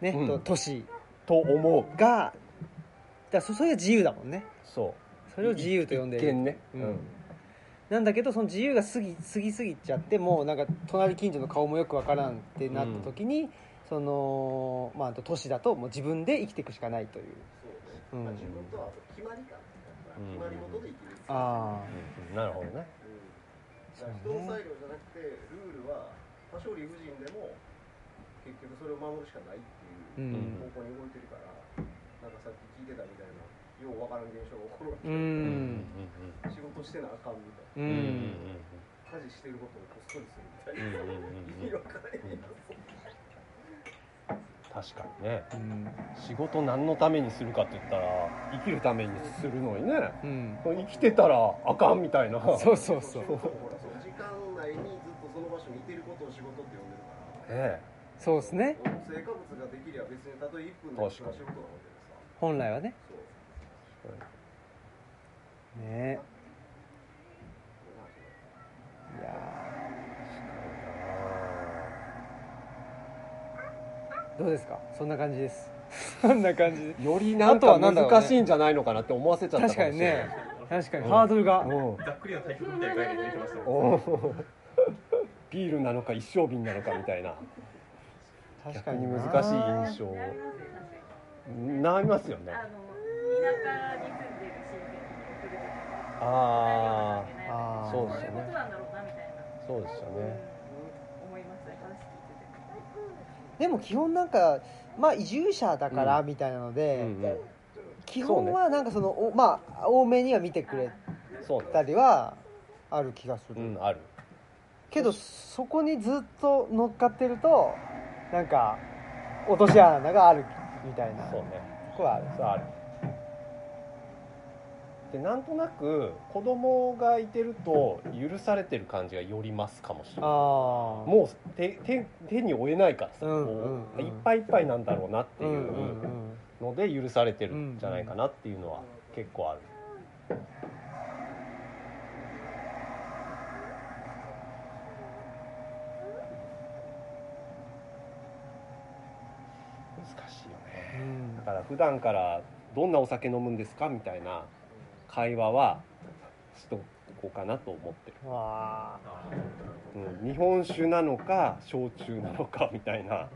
[SPEAKER 1] ね、
[SPEAKER 2] うん
[SPEAKER 1] と都市
[SPEAKER 2] と思う
[SPEAKER 1] がだそそれが自由だもんね
[SPEAKER 2] そう
[SPEAKER 1] それを自由と呼んでい
[SPEAKER 2] 一
[SPEAKER 1] る
[SPEAKER 2] 見ね、
[SPEAKER 1] う
[SPEAKER 2] うんん
[SPEAKER 1] なんだけどその自由が過ぎ過ぎ過ぎちゃってもうなんか隣近所の顔もよくわからんってなった時に、そのまああと都市だともう自分で生きていくしかないという
[SPEAKER 4] そう
[SPEAKER 1] うん
[SPEAKER 4] ね、まあ、自分とはあと決まりか決
[SPEAKER 2] うん
[SPEAKER 4] まり事で生きる、うん
[SPEAKER 1] あ
[SPEAKER 2] うんなるほどね
[SPEAKER 4] だから人の裁量じゃなくてルールは多少理不尽でも結局それを守るしかないって
[SPEAKER 1] う
[SPEAKER 4] いうん方向に動いてるから、なんかさっき聞いてたみたいなようわからん現象が起こるわ
[SPEAKER 1] う
[SPEAKER 4] け、
[SPEAKER 2] うん
[SPEAKER 4] 仕事してなあかんみたい
[SPEAKER 1] う
[SPEAKER 4] な
[SPEAKER 1] ん、
[SPEAKER 2] うんうん
[SPEAKER 4] 家事してることをこっそりするみたいな
[SPEAKER 2] うんうんうん
[SPEAKER 4] 意味わからへんや つ
[SPEAKER 2] 確かにね
[SPEAKER 1] うん
[SPEAKER 2] 仕事何のためにするかって言ったら生きるためにするのにね
[SPEAKER 1] うん
[SPEAKER 2] 生きてたらあかんみたいな
[SPEAKER 1] そうそうそう
[SPEAKER 4] ほらそう時間内にずっとその場所にいてることを仕事って呼んでるから
[SPEAKER 2] ね
[SPEAKER 1] そうですね
[SPEAKER 4] 成果物ができりゃ別にたとえ1分でも仕事なわけでさ
[SPEAKER 1] 本来はね
[SPEAKER 4] そう
[SPEAKER 1] ねいやーどうですかそんな感じです そんな感じで
[SPEAKER 2] よりなん
[SPEAKER 1] あとは
[SPEAKER 2] か
[SPEAKER 1] なんだろうね
[SPEAKER 2] 難しいんじゃないのかなって思わせちゃった
[SPEAKER 1] 確
[SPEAKER 2] か
[SPEAKER 1] か
[SPEAKER 2] も
[SPEAKER 1] に
[SPEAKER 2] しれない
[SPEAKER 1] ね確かにハードルが、
[SPEAKER 2] うん
[SPEAKER 5] ざっくりの対局みたいな概念できましたもん
[SPEAKER 2] おービールなのか一升瓶なのかみたいな
[SPEAKER 1] 確か
[SPEAKER 2] 逆
[SPEAKER 1] に
[SPEAKER 2] に
[SPEAKER 1] な
[SPEAKER 2] 難しい印象を
[SPEAKER 3] なりますね確かに
[SPEAKER 2] なりますよね
[SPEAKER 3] あの田舎に住んでる親戚に送るとか
[SPEAKER 2] あ
[SPEAKER 1] あー
[SPEAKER 2] そう
[SPEAKER 3] こ
[SPEAKER 2] で
[SPEAKER 3] う
[SPEAKER 2] す
[SPEAKER 3] いう
[SPEAKER 2] よ
[SPEAKER 3] こ
[SPEAKER 2] ね
[SPEAKER 3] となんだろうなみたい
[SPEAKER 2] あ
[SPEAKER 3] な、
[SPEAKER 2] そうですよね
[SPEAKER 3] うん思いますね話聞いてて
[SPEAKER 1] でも基本なんかまあ移住者だからみたいなの
[SPEAKER 2] う
[SPEAKER 1] で、
[SPEAKER 2] んうん
[SPEAKER 1] 基本はなんかそのおまあ多めには見てくれ
[SPEAKER 2] そうね
[SPEAKER 1] たりはある気がする、
[SPEAKER 2] うんある
[SPEAKER 1] けどそこにずっと乗っかってるとなんか落とし穴があるみたいな
[SPEAKER 2] そう
[SPEAKER 1] と
[SPEAKER 2] ね
[SPEAKER 1] こはある
[SPEAKER 2] そうあるでなんとなく子供がいてると許されてる感じがよりますかもしれない
[SPEAKER 1] ああ
[SPEAKER 2] もう手手手に負えないからさ、
[SPEAKER 1] うん
[SPEAKER 2] こ
[SPEAKER 1] うんうん
[SPEAKER 2] いっぱいいっぱいなんだろうなって
[SPEAKER 1] う
[SPEAKER 2] い
[SPEAKER 1] んう
[SPEAKER 2] うん
[SPEAKER 1] うん
[SPEAKER 2] ので許されてるんじゃないかなっていうのは結構ある、難しいよね
[SPEAKER 1] うん
[SPEAKER 2] だから普段からどんなお酒飲むんですかみたいな会話はしとこうかなと思って
[SPEAKER 1] わあ
[SPEAKER 5] あ
[SPEAKER 2] る、うん、日本酒なのか焼酎なのかみたいな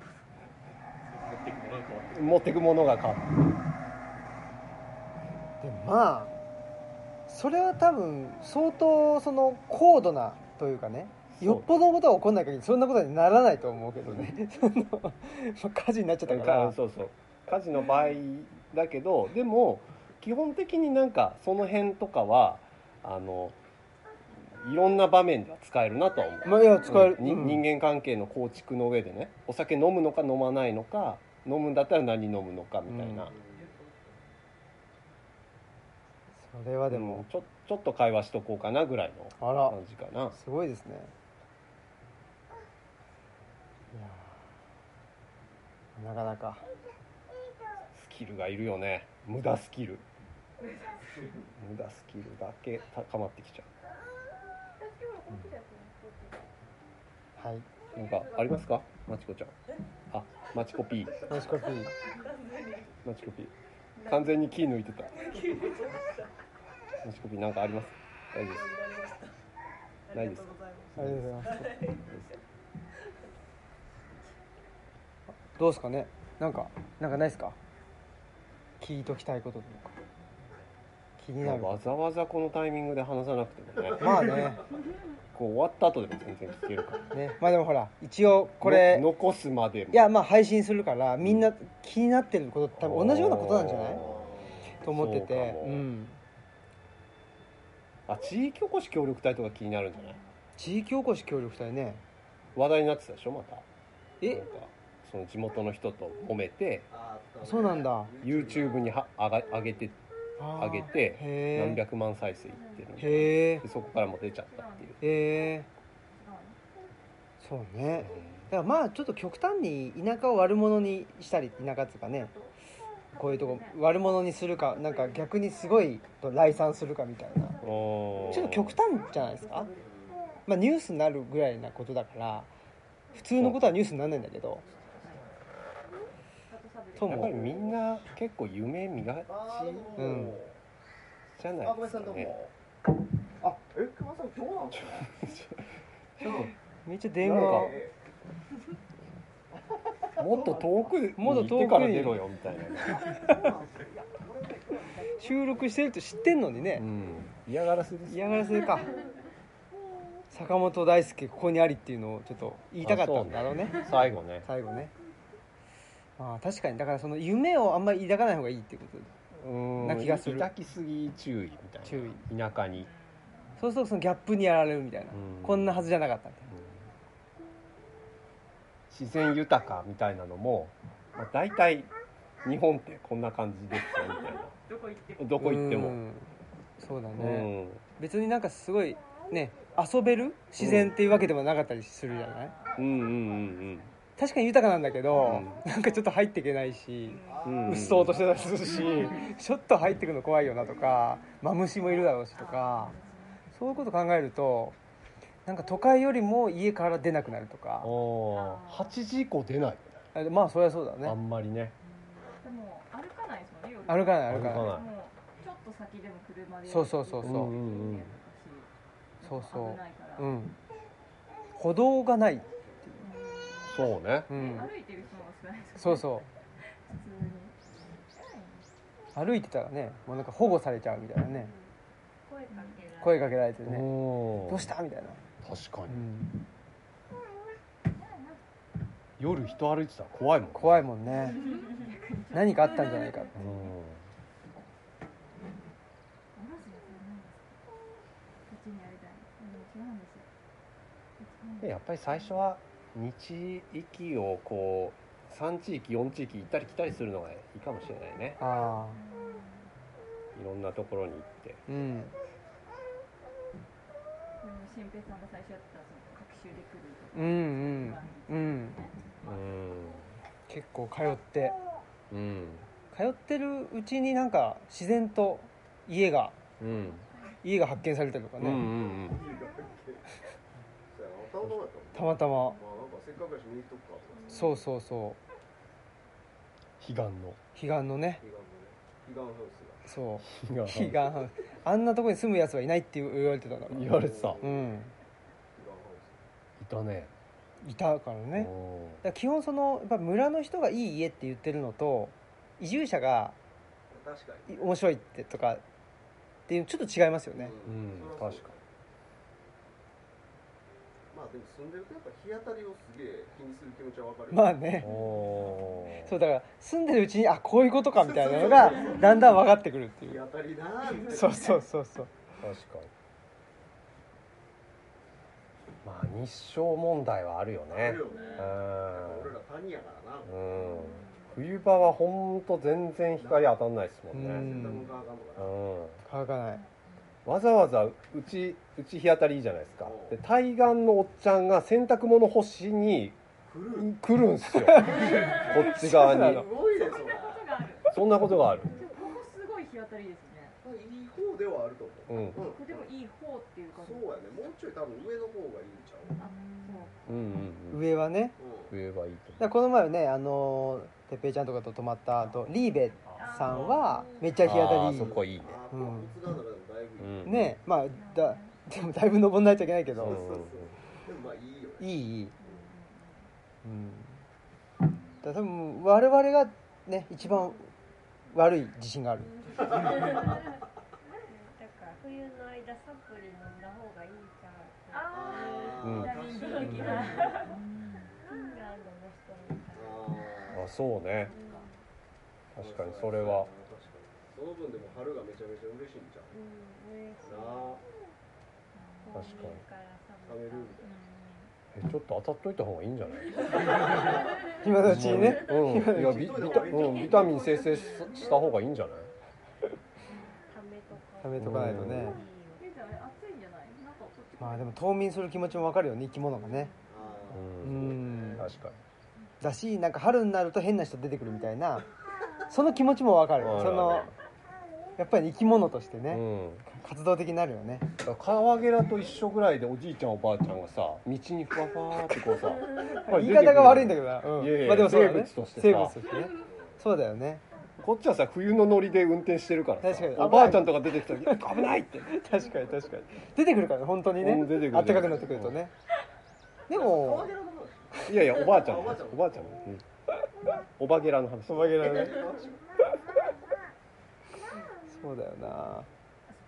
[SPEAKER 5] 持っていくものが変わって
[SPEAKER 2] 持ってくものが変わって
[SPEAKER 1] でもまあそれは多分相当その高度なというかね
[SPEAKER 2] そう
[SPEAKER 1] よっぽどのことは起こんない限りそんなことにならないと思うけどね その、まあ、火事になっちゃった
[SPEAKER 2] だ
[SPEAKER 1] か
[SPEAKER 2] かららそうそう家事の場合だけどでも基本的になんかその辺とかはあのいろんな場面では使えるなとは思う
[SPEAKER 1] まあいや使える、
[SPEAKER 2] うんに
[SPEAKER 1] うん
[SPEAKER 2] 人間関係の構築の上でねお酒飲むのか飲まないのか飲むんだったら何飲むのかみたいな、
[SPEAKER 1] うんそれはで
[SPEAKER 2] うん
[SPEAKER 1] も、
[SPEAKER 2] ちょちょっと会話しとこうかなぐらいの
[SPEAKER 1] あら
[SPEAKER 2] 感じかな
[SPEAKER 1] すごいですねいやーなかなか
[SPEAKER 2] スキルがいるよね無駄スキル無駄スキルだけ高まってきちゃ
[SPEAKER 1] はいう
[SPEAKER 2] なんかありますかまちこちゃんあまちこ P
[SPEAKER 1] ナイスコピー
[SPEAKER 2] マチコピー完全にキー抜いてたマチコピーなんかあります大丈夫ですないですか
[SPEAKER 1] ありがとうございますどうですかねなんかなんかないですか聞いときたいこととか気にな
[SPEAKER 2] まあ
[SPEAKER 1] る
[SPEAKER 2] わざわざこのタイミングで話さなくてもね
[SPEAKER 1] まあね
[SPEAKER 2] こう終わった後でも全然聞けるから
[SPEAKER 1] ねまあでもほら一応これ
[SPEAKER 2] の残すまでも
[SPEAKER 1] いやまあ配信するからみんな気になってることって多分同じようなことなんじゃないと思って
[SPEAKER 2] そうか
[SPEAKER 1] て
[SPEAKER 2] も
[SPEAKER 1] うん
[SPEAKER 2] あ地域おこし協力隊とか気になるんじゃない
[SPEAKER 1] 地域おこし協力隊ね
[SPEAKER 2] 話題になってたでしょまたなん
[SPEAKER 1] え
[SPEAKER 2] かその地元の人と揉めて
[SPEAKER 1] そうなんだ
[SPEAKER 2] YouTube には上が上げて上げて
[SPEAKER 1] へえ
[SPEAKER 2] 何百万再生いってるんで
[SPEAKER 1] へえ
[SPEAKER 2] でそこからも出ちゃったっていう、
[SPEAKER 1] へえそうね
[SPEAKER 2] う
[SPEAKER 1] だからまあちょっと極端に田舎を悪者にしたり田舎っつうかねこういうとこ悪者にするかなんか逆にすごい来賛するかみたいなん
[SPEAKER 2] おー
[SPEAKER 1] ちょっと極端じゃないですか、まあ、ニュースになるぐらいなことだから普通のことはニュースにならないんだけどと
[SPEAKER 2] やっぱ
[SPEAKER 1] も
[SPEAKER 2] りみんな結構夢見がち
[SPEAKER 4] あーどう
[SPEAKER 1] う
[SPEAKER 4] も
[SPEAKER 1] ん
[SPEAKER 2] じゃな
[SPEAKER 4] あ
[SPEAKER 2] い
[SPEAKER 4] ごめ
[SPEAKER 2] で
[SPEAKER 4] んな
[SPEAKER 2] す
[SPEAKER 4] さ
[SPEAKER 2] か
[SPEAKER 4] いどう
[SPEAKER 2] ね
[SPEAKER 4] もあえ熊さん今日なんですか
[SPEAKER 1] めっちゃ電
[SPEAKER 2] なん
[SPEAKER 1] 話
[SPEAKER 2] かもっと遠くに
[SPEAKER 1] も
[SPEAKER 2] 行
[SPEAKER 1] っと遠
[SPEAKER 2] っ
[SPEAKER 1] くに
[SPEAKER 2] てから出ろよみたいな、
[SPEAKER 1] 収録してるって知ってんのに
[SPEAKER 2] う
[SPEAKER 1] ね
[SPEAKER 2] ん、嫌がらせです
[SPEAKER 1] 嫌がらせか坂本大輔ここにありっていうのをちょっと言いたかったんだろうね
[SPEAKER 2] 最後ね
[SPEAKER 1] 最後ねまあ確かにだからその夢をあんまり抱かない方がいいってこと
[SPEAKER 2] うん
[SPEAKER 1] な気がする
[SPEAKER 2] 抱きすぎ注意みたいな
[SPEAKER 1] 注意
[SPEAKER 2] 田舎に、
[SPEAKER 1] そうするとそのギャップにやられるみたいな
[SPEAKER 2] うん
[SPEAKER 1] こんなはずじゃなかったみたいな
[SPEAKER 2] 自然豊かみたいなのも、まあ、大体日本ってこんな感じですよみたいな
[SPEAKER 3] どこ行っても
[SPEAKER 2] どこ行って
[SPEAKER 1] う
[SPEAKER 2] も、
[SPEAKER 1] んそうだ
[SPEAKER 2] う
[SPEAKER 1] ね
[SPEAKER 2] ん、
[SPEAKER 1] 別になんかすごいね遊べる自然っていうわけでもなかったりするじゃない
[SPEAKER 2] うんうんうん
[SPEAKER 1] 確かに豊かなんだけど
[SPEAKER 2] う
[SPEAKER 1] なんかちょっと入っていけないし
[SPEAKER 2] うん
[SPEAKER 1] うっそうとしてたりするしちょっと入ってくの怖いよなとかマムシもいるだろうしとかそういうこと考えるとなんか都会よりも家から出なくなるとか
[SPEAKER 2] お8時以降出ないよね
[SPEAKER 1] あまあそりゃそうだ
[SPEAKER 2] あ
[SPEAKER 1] ね
[SPEAKER 2] んまりね
[SPEAKER 3] でも歩かないですもんね夜
[SPEAKER 1] 歩かない歩
[SPEAKER 2] 歩か
[SPEAKER 1] かない
[SPEAKER 2] ない
[SPEAKER 3] もうちょっと先でも車で
[SPEAKER 1] そうそうそうそう
[SPEAKER 2] うんうんうん
[SPEAKER 1] そうそう
[SPEAKER 3] 危ないか
[SPEAKER 1] う
[SPEAKER 3] ら、
[SPEAKER 1] ん歩道がない、
[SPEAKER 2] そうね
[SPEAKER 1] うん、
[SPEAKER 3] 歩いてる人も少ないですよね
[SPEAKER 1] そうそう
[SPEAKER 3] 普通に
[SPEAKER 1] 歩いてたらねもうなんか保護されちゃうみたいなね
[SPEAKER 6] 声かけられ
[SPEAKER 1] 声かけられてね
[SPEAKER 2] お
[SPEAKER 1] 「
[SPEAKER 2] ー
[SPEAKER 1] どうした?」みたいな、
[SPEAKER 2] 確かに
[SPEAKER 1] うん、
[SPEAKER 2] 夜人歩いてたら怖いもん
[SPEAKER 1] 怖
[SPEAKER 2] い、
[SPEAKER 1] いもんね何かあったんじゃないかって
[SPEAKER 2] うん
[SPEAKER 3] おろすやつじゃないですこっちにやりたいでも違うんですよ
[SPEAKER 2] でやっぱり最初は日域をこう3地域4地域行ったり来たりするのがいいかもしれないね
[SPEAKER 1] ああ
[SPEAKER 2] いろんなところに行って
[SPEAKER 1] うん
[SPEAKER 3] でも新平さんが最初やってたその学習で来るとか
[SPEAKER 1] うんうんうん結構通って
[SPEAKER 2] うんうん
[SPEAKER 1] 通ってるうちになんか自然と家が
[SPEAKER 2] うん
[SPEAKER 1] 家が発見されたりとか
[SPEAKER 2] うんう
[SPEAKER 1] ね、
[SPEAKER 2] ん
[SPEAKER 4] そうやな弟だったもん
[SPEAKER 1] たまたま
[SPEAKER 4] まあなんかせっかくやし見に行っとくかとか
[SPEAKER 1] そうそうそう
[SPEAKER 2] 悲願の
[SPEAKER 1] 彼岸のね
[SPEAKER 4] 悲願のね悲願ハウスが
[SPEAKER 1] そう
[SPEAKER 2] いや
[SPEAKER 1] 悲願ハウスあんなとこに住むやつはいないって言われてたから
[SPEAKER 2] 言われてた
[SPEAKER 1] うん
[SPEAKER 4] 悲願ハウス
[SPEAKER 2] いたね
[SPEAKER 1] いたからね
[SPEAKER 2] お
[SPEAKER 1] だから基本そのやっぱ村の人がいい家って言ってるのと移住者が
[SPEAKER 4] 確かに
[SPEAKER 1] 面白いってとかっていうのちょっと違いますよね、
[SPEAKER 2] ーうん
[SPEAKER 4] そりゃそう
[SPEAKER 2] 確か
[SPEAKER 4] まあでも住んでるとやっぱ日当たりをすげえ気にする気持ちはわかる
[SPEAKER 1] まあ
[SPEAKER 2] に
[SPEAKER 1] ね
[SPEAKER 2] おー
[SPEAKER 1] そうだから住んでるうちにあこういうことかみたいなのがだんだん分かってくるってい
[SPEAKER 4] 日
[SPEAKER 1] う
[SPEAKER 4] 当たりなーみたいな
[SPEAKER 1] そうそうそうそう
[SPEAKER 2] 確かにまあ日照問題はあるよ
[SPEAKER 4] あ
[SPEAKER 2] ね
[SPEAKER 4] るよね
[SPEAKER 2] う
[SPEAKER 4] やっぱ
[SPEAKER 2] ん
[SPEAKER 4] 俺ら谷やからな
[SPEAKER 2] うん冬場はほんと全然光当たんないですもん
[SPEAKER 1] う
[SPEAKER 2] ね
[SPEAKER 1] ん
[SPEAKER 4] 洗濯物があかんのかな
[SPEAKER 2] うん
[SPEAKER 1] 乾かない
[SPEAKER 2] わざわざうちうち日当たりいいじゃないですか
[SPEAKER 4] おう
[SPEAKER 2] で対岸のおっちゃんが洗濯物干しに
[SPEAKER 4] 来る
[SPEAKER 2] 来るん すよこっち側
[SPEAKER 1] そうな
[SPEAKER 2] に
[SPEAKER 1] の
[SPEAKER 4] すごいねそれ
[SPEAKER 3] ことがある
[SPEAKER 2] そんなことがある
[SPEAKER 3] でもここすごい日当たりですね
[SPEAKER 4] まあいい方ではあると思
[SPEAKER 2] う
[SPEAKER 4] う
[SPEAKER 2] んうん
[SPEAKER 4] うん
[SPEAKER 3] これでもいい方っていう感
[SPEAKER 4] そ
[SPEAKER 3] じ
[SPEAKER 4] うやねもうちょい多分上の方がいいんちゃう
[SPEAKER 3] あそ
[SPEAKER 2] うんうん
[SPEAKER 1] 上はね
[SPEAKER 4] うん
[SPEAKER 2] 冬はいい
[SPEAKER 1] だか
[SPEAKER 2] と
[SPEAKER 1] らこの前はねあのてっぺいちゃんとかと泊まった後リーベ
[SPEAKER 5] あ
[SPEAKER 1] さんはめっちゃ日当
[SPEAKER 2] あ
[SPEAKER 1] た
[SPEAKER 2] ー
[SPEAKER 1] りい
[SPEAKER 2] そこ
[SPEAKER 1] い
[SPEAKER 2] いいね
[SPEAKER 4] あー
[SPEAKER 1] うん
[SPEAKER 4] こう仏壇の中でもだいぶいい、
[SPEAKER 2] うん
[SPEAKER 1] ねまあだでもだいぶ登んないといけないけ
[SPEAKER 2] うん
[SPEAKER 1] ど
[SPEAKER 2] うんうん
[SPEAKER 4] でもまあいいよね
[SPEAKER 1] いいいいうんだから多分我々がね一番悪い自信がある
[SPEAKER 6] だから冬の間サプリ飲んだ方がいいじゃん。
[SPEAKER 3] あ
[SPEAKER 4] あ
[SPEAKER 2] うん
[SPEAKER 4] ー
[SPEAKER 3] ビタミン D 的
[SPEAKER 4] 確か
[SPEAKER 3] な
[SPEAKER 4] に
[SPEAKER 6] フィンランドの人みたいな。
[SPEAKER 2] あそうね
[SPEAKER 4] あー
[SPEAKER 2] 確かにそれは
[SPEAKER 4] 確かにその分でも春がめちゃめちゃ嬉しいんじゃん
[SPEAKER 6] うん、嬉しい。
[SPEAKER 4] なあ
[SPEAKER 2] 確かに
[SPEAKER 6] からサ
[SPEAKER 4] 食べるみたい
[SPEAKER 2] えちょっと当たっといた方がいいんじゃない
[SPEAKER 1] 今のうちにね
[SPEAKER 2] うん いやビビタ,、うん、ビタミン生成しした方がいいんじゃない
[SPEAKER 6] ためとか。
[SPEAKER 1] 食べとかないとね
[SPEAKER 3] えじゃあ暑いんじゃないなんかこっち
[SPEAKER 1] まあでも冬眠する気持ちもわかるよね生き物がね
[SPEAKER 4] あ
[SPEAKER 1] う
[SPEAKER 2] う
[SPEAKER 4] ー
[SPEAKER 1] んん
[SPEAKER 2] 確かに
[SPEAKER 1] だしなんか春になると変な人出てくるみたいなその気持ちもわかる
[SPEAKER 2] あるある
[SPEAKER 1] そのやっぱり生き物としてね、
[SPEAKER 2] うん
[SPEAKER 1] 活動的になるよね
[SPEAKER 2] だから川ゲラと一緒ぐらいでおじいちゃんおばあちゃんがさ道にふわふわってこうさ
[SPEAKER 1] 言い方が悪いんだ
[SPEAKER 2] け
[SPEAKER 1] けどな、うん
[SPEAKER 2] いやいや
[SPEAKER 1] まあでもそうだね
[SPEAKER 2] 生物としてさ
[SPEAKER 1] 生物としてねそうだよ ね
[SPEAKER 2] どこっちはさ冬のノリで運転してるからさ
[SPEAKER 1] 確かに
[SPEAKER 2] おばあちゃんとか出てきた時危ないって
[SPEAKER 1] 確かに確かに出てくるからね本当にね
[SPEAKER 2] うん出てくる
[SPEAKER 1] あったかくなってくるとねでも
[SPEAKER 4] 川寺の話
[SPEAKER 2] いやいやおばあちゃん
[SPEAKER 4] おばあちゃん
[SPEAKER 2] おばあちゃんうんおばゲラの話
[SPEAKER 1] おばげらね
[SPEAKER 4] 川寺
[SPEAKER 1] そうだよな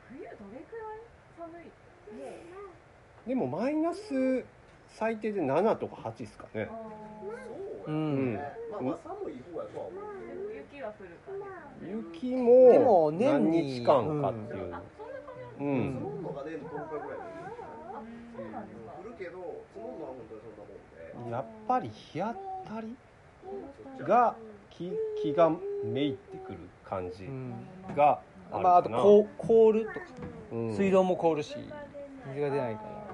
[SPEAKER 3] 冬どれくらい寒い
[SPEAKER 2] でもマイナス最低で7とか8ですかね
[SPEAKER 4] そう
[SPEAKER 1] う
[SPEAKER 4] やね
[SPEAKER 1] ん、
[SPEAKER 2] うん
[SPEAKER 4] まあまあ寒い方やとは思う
[SPEAKER 3] でも雪は降るから
[SPEAKER 2] 雪
[SPEAKER 1] でも
[SPEAKER 2] も
[SPEAKER 1] 年
[SPEAKER 2] 何
[SPEAKER 1] に
[SPEAKER 2] 日間かってい
[SPEAKER 4] うん
[SPEAKER 2] う
[SPEAKER 3] あそんな感
[SPEAKER 2] う
[SPEAKER 3] じ
[SPEAKER 4] 積
[SPEAKER 2] ん
[SPEAKER 4] もんのがね10日ぐらいで
[SPEAKER 3] あそうなんですか
[SPEAKER 4] 降るけど積もんのは本当にそんなもんで
[SPEAKER 2] やっぱり日当たり
[SPEAKER 4] そっちは
[SPEAKER 2] が気気がめいってくる感じ
[SPEAKER 1] うん
[SPEAKER 2] があるかな、
[SPEAKER 1] まああとこう凍ると
[SPEAKER 2] うん
[SPEAKER 1] 水道も凍るし水
[SPEAKER 6] 水
[SPEAKER 1] が
[SPEAKER 6] が
[SPEAKER 1] 出
[SPEAKER 6] 出
[SPEAKER 1] な
[SPEAKER 6] ないい
[SPEAKER 1] か
[SPEAKER 6] からら。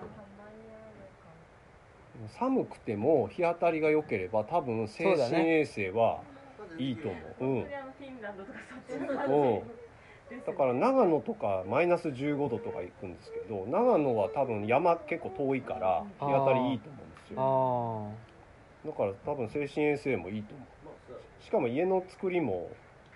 [SPEAKER 2] 寒くても日当たりが良ければ多分
[SPEAKER 1] そ
[SPEAKER 2] 精
[SPEAKER 1] うだ
[SPEAKER 2] 神
[SPEAKER 1] ね
[SPEAKER 2] 衛生はいいと思う
[SPEAKER 3] 本当にあのフィンランドとかそっちの感
[SPEAKER 2] うん、
[SPEAKER 3] じ
[SPEAKER 2] うん、
[SPEAKER 3] です
[SPEAKER 2] だから長野とかマイナス15度とか行くんですけど長野は多分山結構遠いから日当たりいいと思うんです
[SPEAKER 1] あ
[SPEAKER 2] よ
[SPEAKER 1] あ
[SPEAKER 2] だから多分精神衛生もいいと思
[SPEAKER 4] まあそうやね
[SPEAKER 2] うしかも家の作りも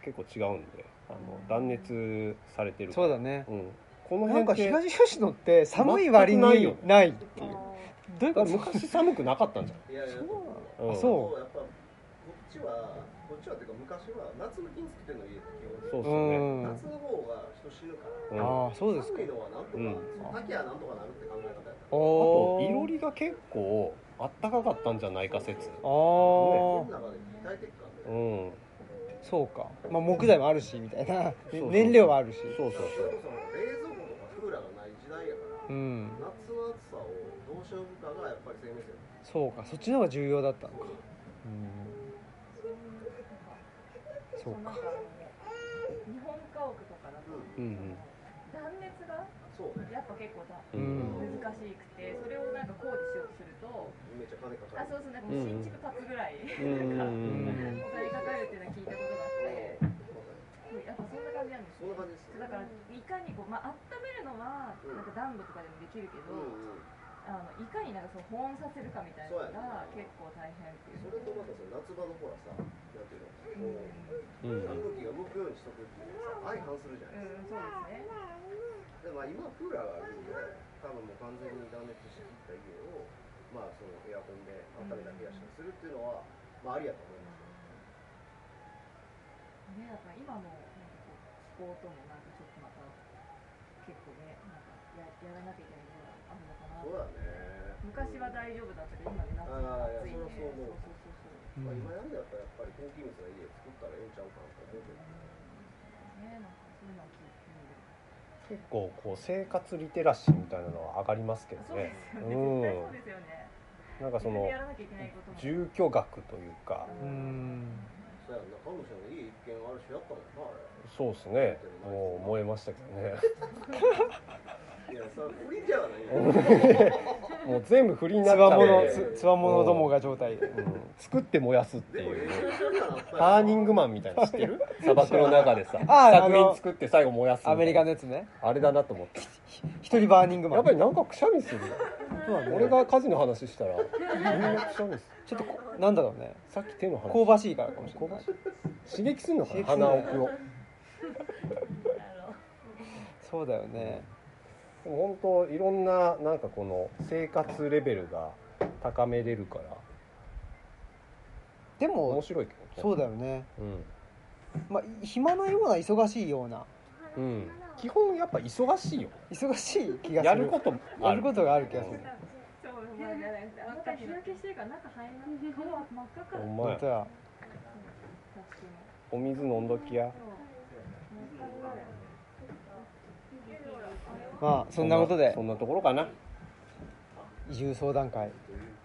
[SPEAKER 2] 結構違うんであの断熱されてる
[SPEAKER 1] そう
[SPEAKER 2] だ、
[SPEAKER 1] だね
[SPEAKER 2] うん、この
[SPEAKER 1] な
[SPEAKER 2] 辺
[SPEAKER 1] んか
[SPEAKER 2] って
[SPEAKER 1] 東吉野って寒い割に
[SPEAKER 2] 全くないよ
[SPEAKER 1] ないっていうどういうこ
[SPEAKER 2] だから
[SPEAKER 1] と
[SPEAKER 2] 昔寒くなかったんじ
[SPEAKER 4] いやいや
[SPEAKER 1] そう
[SPEAKER 2] ゃ ん、うん、
[SPEAKER 1] あそう
[SPEAKER 4] やっぱこっちはこっちはっていうか昔は夏の金作っての家って基
[SPEAKER 2] そう
[SPEAKER 4] 本
[SPEAKER 2] っ
[SPEAKER 4] 的
[SPEAKER 2] すよね
[SPEAKER 4] に夏
[SPEAKER 1] ん
[SPEAKER 4] の方が人死ぬから
[SPEAKER 2] うん
[SPEAKER 1] ああそうですか
[SPEAKER 4] 寒いのはなんとか、
[SPEAKER 2] うん
[SPEAKER 4] その滝はなんとかなるって考え方やった
[SPEAKER 2] あ
[SPEAKER 1] お
[SPEAKER 2] と
[SPEAKER 1] ー
[SPEAKER 2] いろりが結構あったかかったんじゃないか説
[SPEAKER 1] あ
[SPEAKER 4] 家の
[SPEAKER 1] ー
[SPEAKER 4] 中で具体的感で、
[SPEAKER 2] うん
[SPEAKER 1] そうか、まあ、木材もあるしみたいな
[SPEAKER 2] そうそう
[SPEAKER 1] 燃料はあるし
[SPEAKER 2] そうそう
[SPEAKER 4] それこそ冷蔵庫とかクーラーがない時代やから
[SPEAKER 1] うん
[SPEAKER 4] 夏の暑さをどうしようかがやっぱり生命線
[SPEAKER 1] そうかそっちの方が重要だったのかうんそ
[SPEAKER 3] そううなん
[SPEAKER 1] か
[SPEAKER 3] か日本家屋とかだと
[SPEAKER 4] う
[SPEAKER 2] うんうん
[SPEAKER 3] 断熱が
[SPEAKER 4] そうね
[SPEAKER 3] やっぱ結構だ
[SPEAKER 2] う
[SPEAKER 1] うん
[SPEAKER 2] ん
[SPEAKER 3] 難しくてそれをなんか工事しようとすると
[SPEAKER 4] めっちゃ金かか
[SPEAKER 3] あ
[SPEAKER 4] る
[SPEAKER 3] そうそうなんかもう新築建つぐらい
[SPEAKER 2] うんうん
[SPEAKER 1] うんん
[SPEAKER 2] う
[SPEAKER 3] お金かかるっていうのは聞いたことがあってやっぱそんな感じなんです
[SPEAKER 4] そんな感じです
[SPEAKER 3] だからいかにこう、まあ温めるのはなんか暖炉とかでもできるけど、
[SPEAKER 4] うんうん
[SPEAKER 3] あのいかになんかその保温させるかみたいなのが結構大変っていう
[SPEAKER 4] それとまたその夏場のほらさなんていう
[SPEAKER 2] うんう
[SPEAKER 4] のもう
[SPEAKER 2] ん
[SPEAKER 4] 空気が動くようにしとくっていうのはさ相反するじゃ
[SPEAKER 3] う
[SPEAKER 4] ないですか
[SPEAKER 3] んそうですね
[SPEAKER 4] でまあ今クーラーがあるんで多分もう完全に断熱しきった家をまあそのエアコンで温めた冷やしにするっていうのは、まあありやと思います
[SPEAKER 3] ねだから今のなんかこう気候ともなんかちょっとまた結構ねなんかややらなきゃいけないことがあるのかな
[SPEAKER 4] そう
[SPEAKER 3] と
[SPEAKER 4] だね
[SPEAKER 3] 昔は大丈夫だったけど今ね夏
[SPEAKER 4] あ
[SPEAKER 3] は
[SPEAKER 4] ー
[SPEAKER 3] 暑いね
[SPEAKER 4] いやそれはそう思う
[SPEAKER 3] そうそうそうそう
[SPEAKER 4] まあ、今やるんだったらやっぱり高気密な家作ったらええんちゃうかなと思うけど
[SPEAKER 3] ねなんかそういうのを聞いてみる
[SPEAKER 2] 結構こう生活リテラシーみたいなのは上がりますけど
[SPEAKER 3] そう
[SPEAKER 2] ね
[SPEAKER 3] です
[SPEAKER 2] う
[SPEAKER 3] よね
[SPEAKER 2] ん
[SPEAKER 3] 絶対そうですよね
[SPEAKER 2] なんか
[SPEAKER 3] 自
[SPEAKER 2] そ
[SPEAKER 3] 分
[SPEAKER 2] の
[SPEAKER 3] でやらなきゃいけないことも
[SPEAKER 2] 住居学というか
[SPEAKER 1] うん
[SPEAKER 4] そうやんな彼女の家一軒あるしやったもんなあれ
[SPEAKER 2] そうですねもう燃えましたけど ね
[SPEAKER 4] いやそれ不倫じゃないよ
[SPEAKER 2] もう全部振りにな
[SPEAKER 1] つ
[SPEAKER 2] っちゃ
[SPEAKER 1] わも
[SPEAKER 2] う
[SPEAKER 1] の
[SPEAKER 2] ん
[SPEAKER 1] つ
[SPEAKER 2] で
[SPEAKER 1] つわものどもが状態で
[SPEAKER 2] うん作って燃やすって
[SPEAKER 4] でも
[SPEAKER 2] い
[SPEAKER 4] え
[SPEAKER 2] う
[SPEAKER 4] え感じだなった
[SPEAKER 2] ターニングマンみたいなの知ってる 砂漠の中でさ
[SPEAKER 1] ああ
[SPEAKER 2] 作
[SPEAKER 1] の
[SPEAKER 2] 品作って最後燃やすみたい
[SPEAKER 1] ア
[SPEAKER 2] な
[SPEAKER 1] メリカのやつね
[SPEAKER 2] あれだなと思って
[SPEAKER 1] 一人バーニングマン
[SPEAKER 2] やっぱりなんかくしゃみするよ
[SPEAKER 1] そうだね
[SPEAKER 2] 俺が火事の話したらみんなくしゃみする
[SPEAKER 1] ちょっとこなんだろうね
[SPEAKER 2] さっき手の話
[SPEAKER 1] 香ばしいからかもしれない
[SPEAKER 2] 刺激するのかな
[SPEAKER 1] 刺激する
[SPEAKER 2] 鼻奥を
[SPEAKER 1] そうだよね
[SPEAKER 2] でも本当いろんななんかこの生活レベルが高めれるから
[SPEAKER 1] で
[SPEAKER 2] 面
[SPEAKER 1] も
[SPEAKER 2] 白いけどね
[SPEAKER 1] そうだよね
[SPEAKER 2] うん、
[SPEAKER 1] まあ暇なような忙しいような
[SPEAKER 2] うん、基本やっぱ忙しいよ
[SPEAKER 1] 忙しい気がする
[SPEAKER 2] やることもあ
[SPEAKER 1] や
[SPEAKER 2] る
[SPEAKER 1] ることがある気がする
[SPEAKER 3] そうお前じゃないなんか日焼けしてるから中入らない顔は真っ赤
[SPEAKER 2] お
[SPEAKER 3] から
[SPEAKER 1] 本
[SPEAKER 2] 前
[SPEAKER 1] 当や
[SPEAKER 3] 確かに
[SPEAKER 2] お水飲んどきや
[SPEAKER 1] まあそんなことで
[SPEAKER 2] そんなところかな
[SPEAKER 1] 移住相談会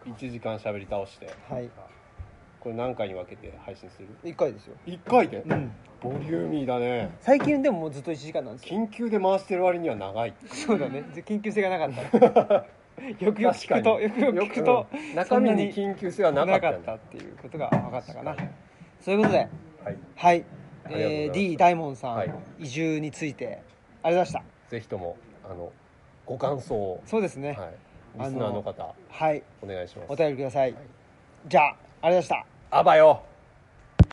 [SPEAKER 2] 1時間喋り倒して
[SPEAKER 1] はい
[SPEAKER 2] これ何回に分けて配信する
[SPEAKER 1] 1回ですよ
[SPEAKER 2] 1回で
[SPEAKER 1] うん
[SPEAKER 2] ボリューミーだね
[SPEAKER 1] 最近でももうずっと1時間なんですよ
[SPEAKER 2] 緊急で回してる割には長い
[SPEAKER 1] そうだね緊急性がなかった よくよく聞くとよくよく聞くと、
[SPEAKER 2] うん中身に緊急性はなか
[SPEAKER 1] な
[SPEAKER 2] った
[SPEAKER 1] か
[SPEAKER 2] よね
[SPEAKER 1] ったっていうことが分かったかなそういうことで
[SPEAKER 2] はい、
[SPEAKER 1] はい、
[SPEAKER 2] ありがとうござい
[SPEAKER 1] え
[SPEAKER 2] ま
[SPEAKER 1] ー、
[SPEAKER 2] す
[SPEAKER 1] D 大門さん、
[SPEAKER 2] はい
[SPEAKER 1] 移住についてありがとうございまし
[SPEAKER 2] ぜひともあのご感想を
[SPEAKER 1] た、そうですね
[SPEAKER 2] はい、リスナーの方
[SPEAKER 1] はい
[SPEAKER 2] お願いします
[SPEAKER 1] お便りください、
[SPEAKER 2] はい
[SPEAKER 1] じゃあありがとうございました
[SPEAKER 2] あばよ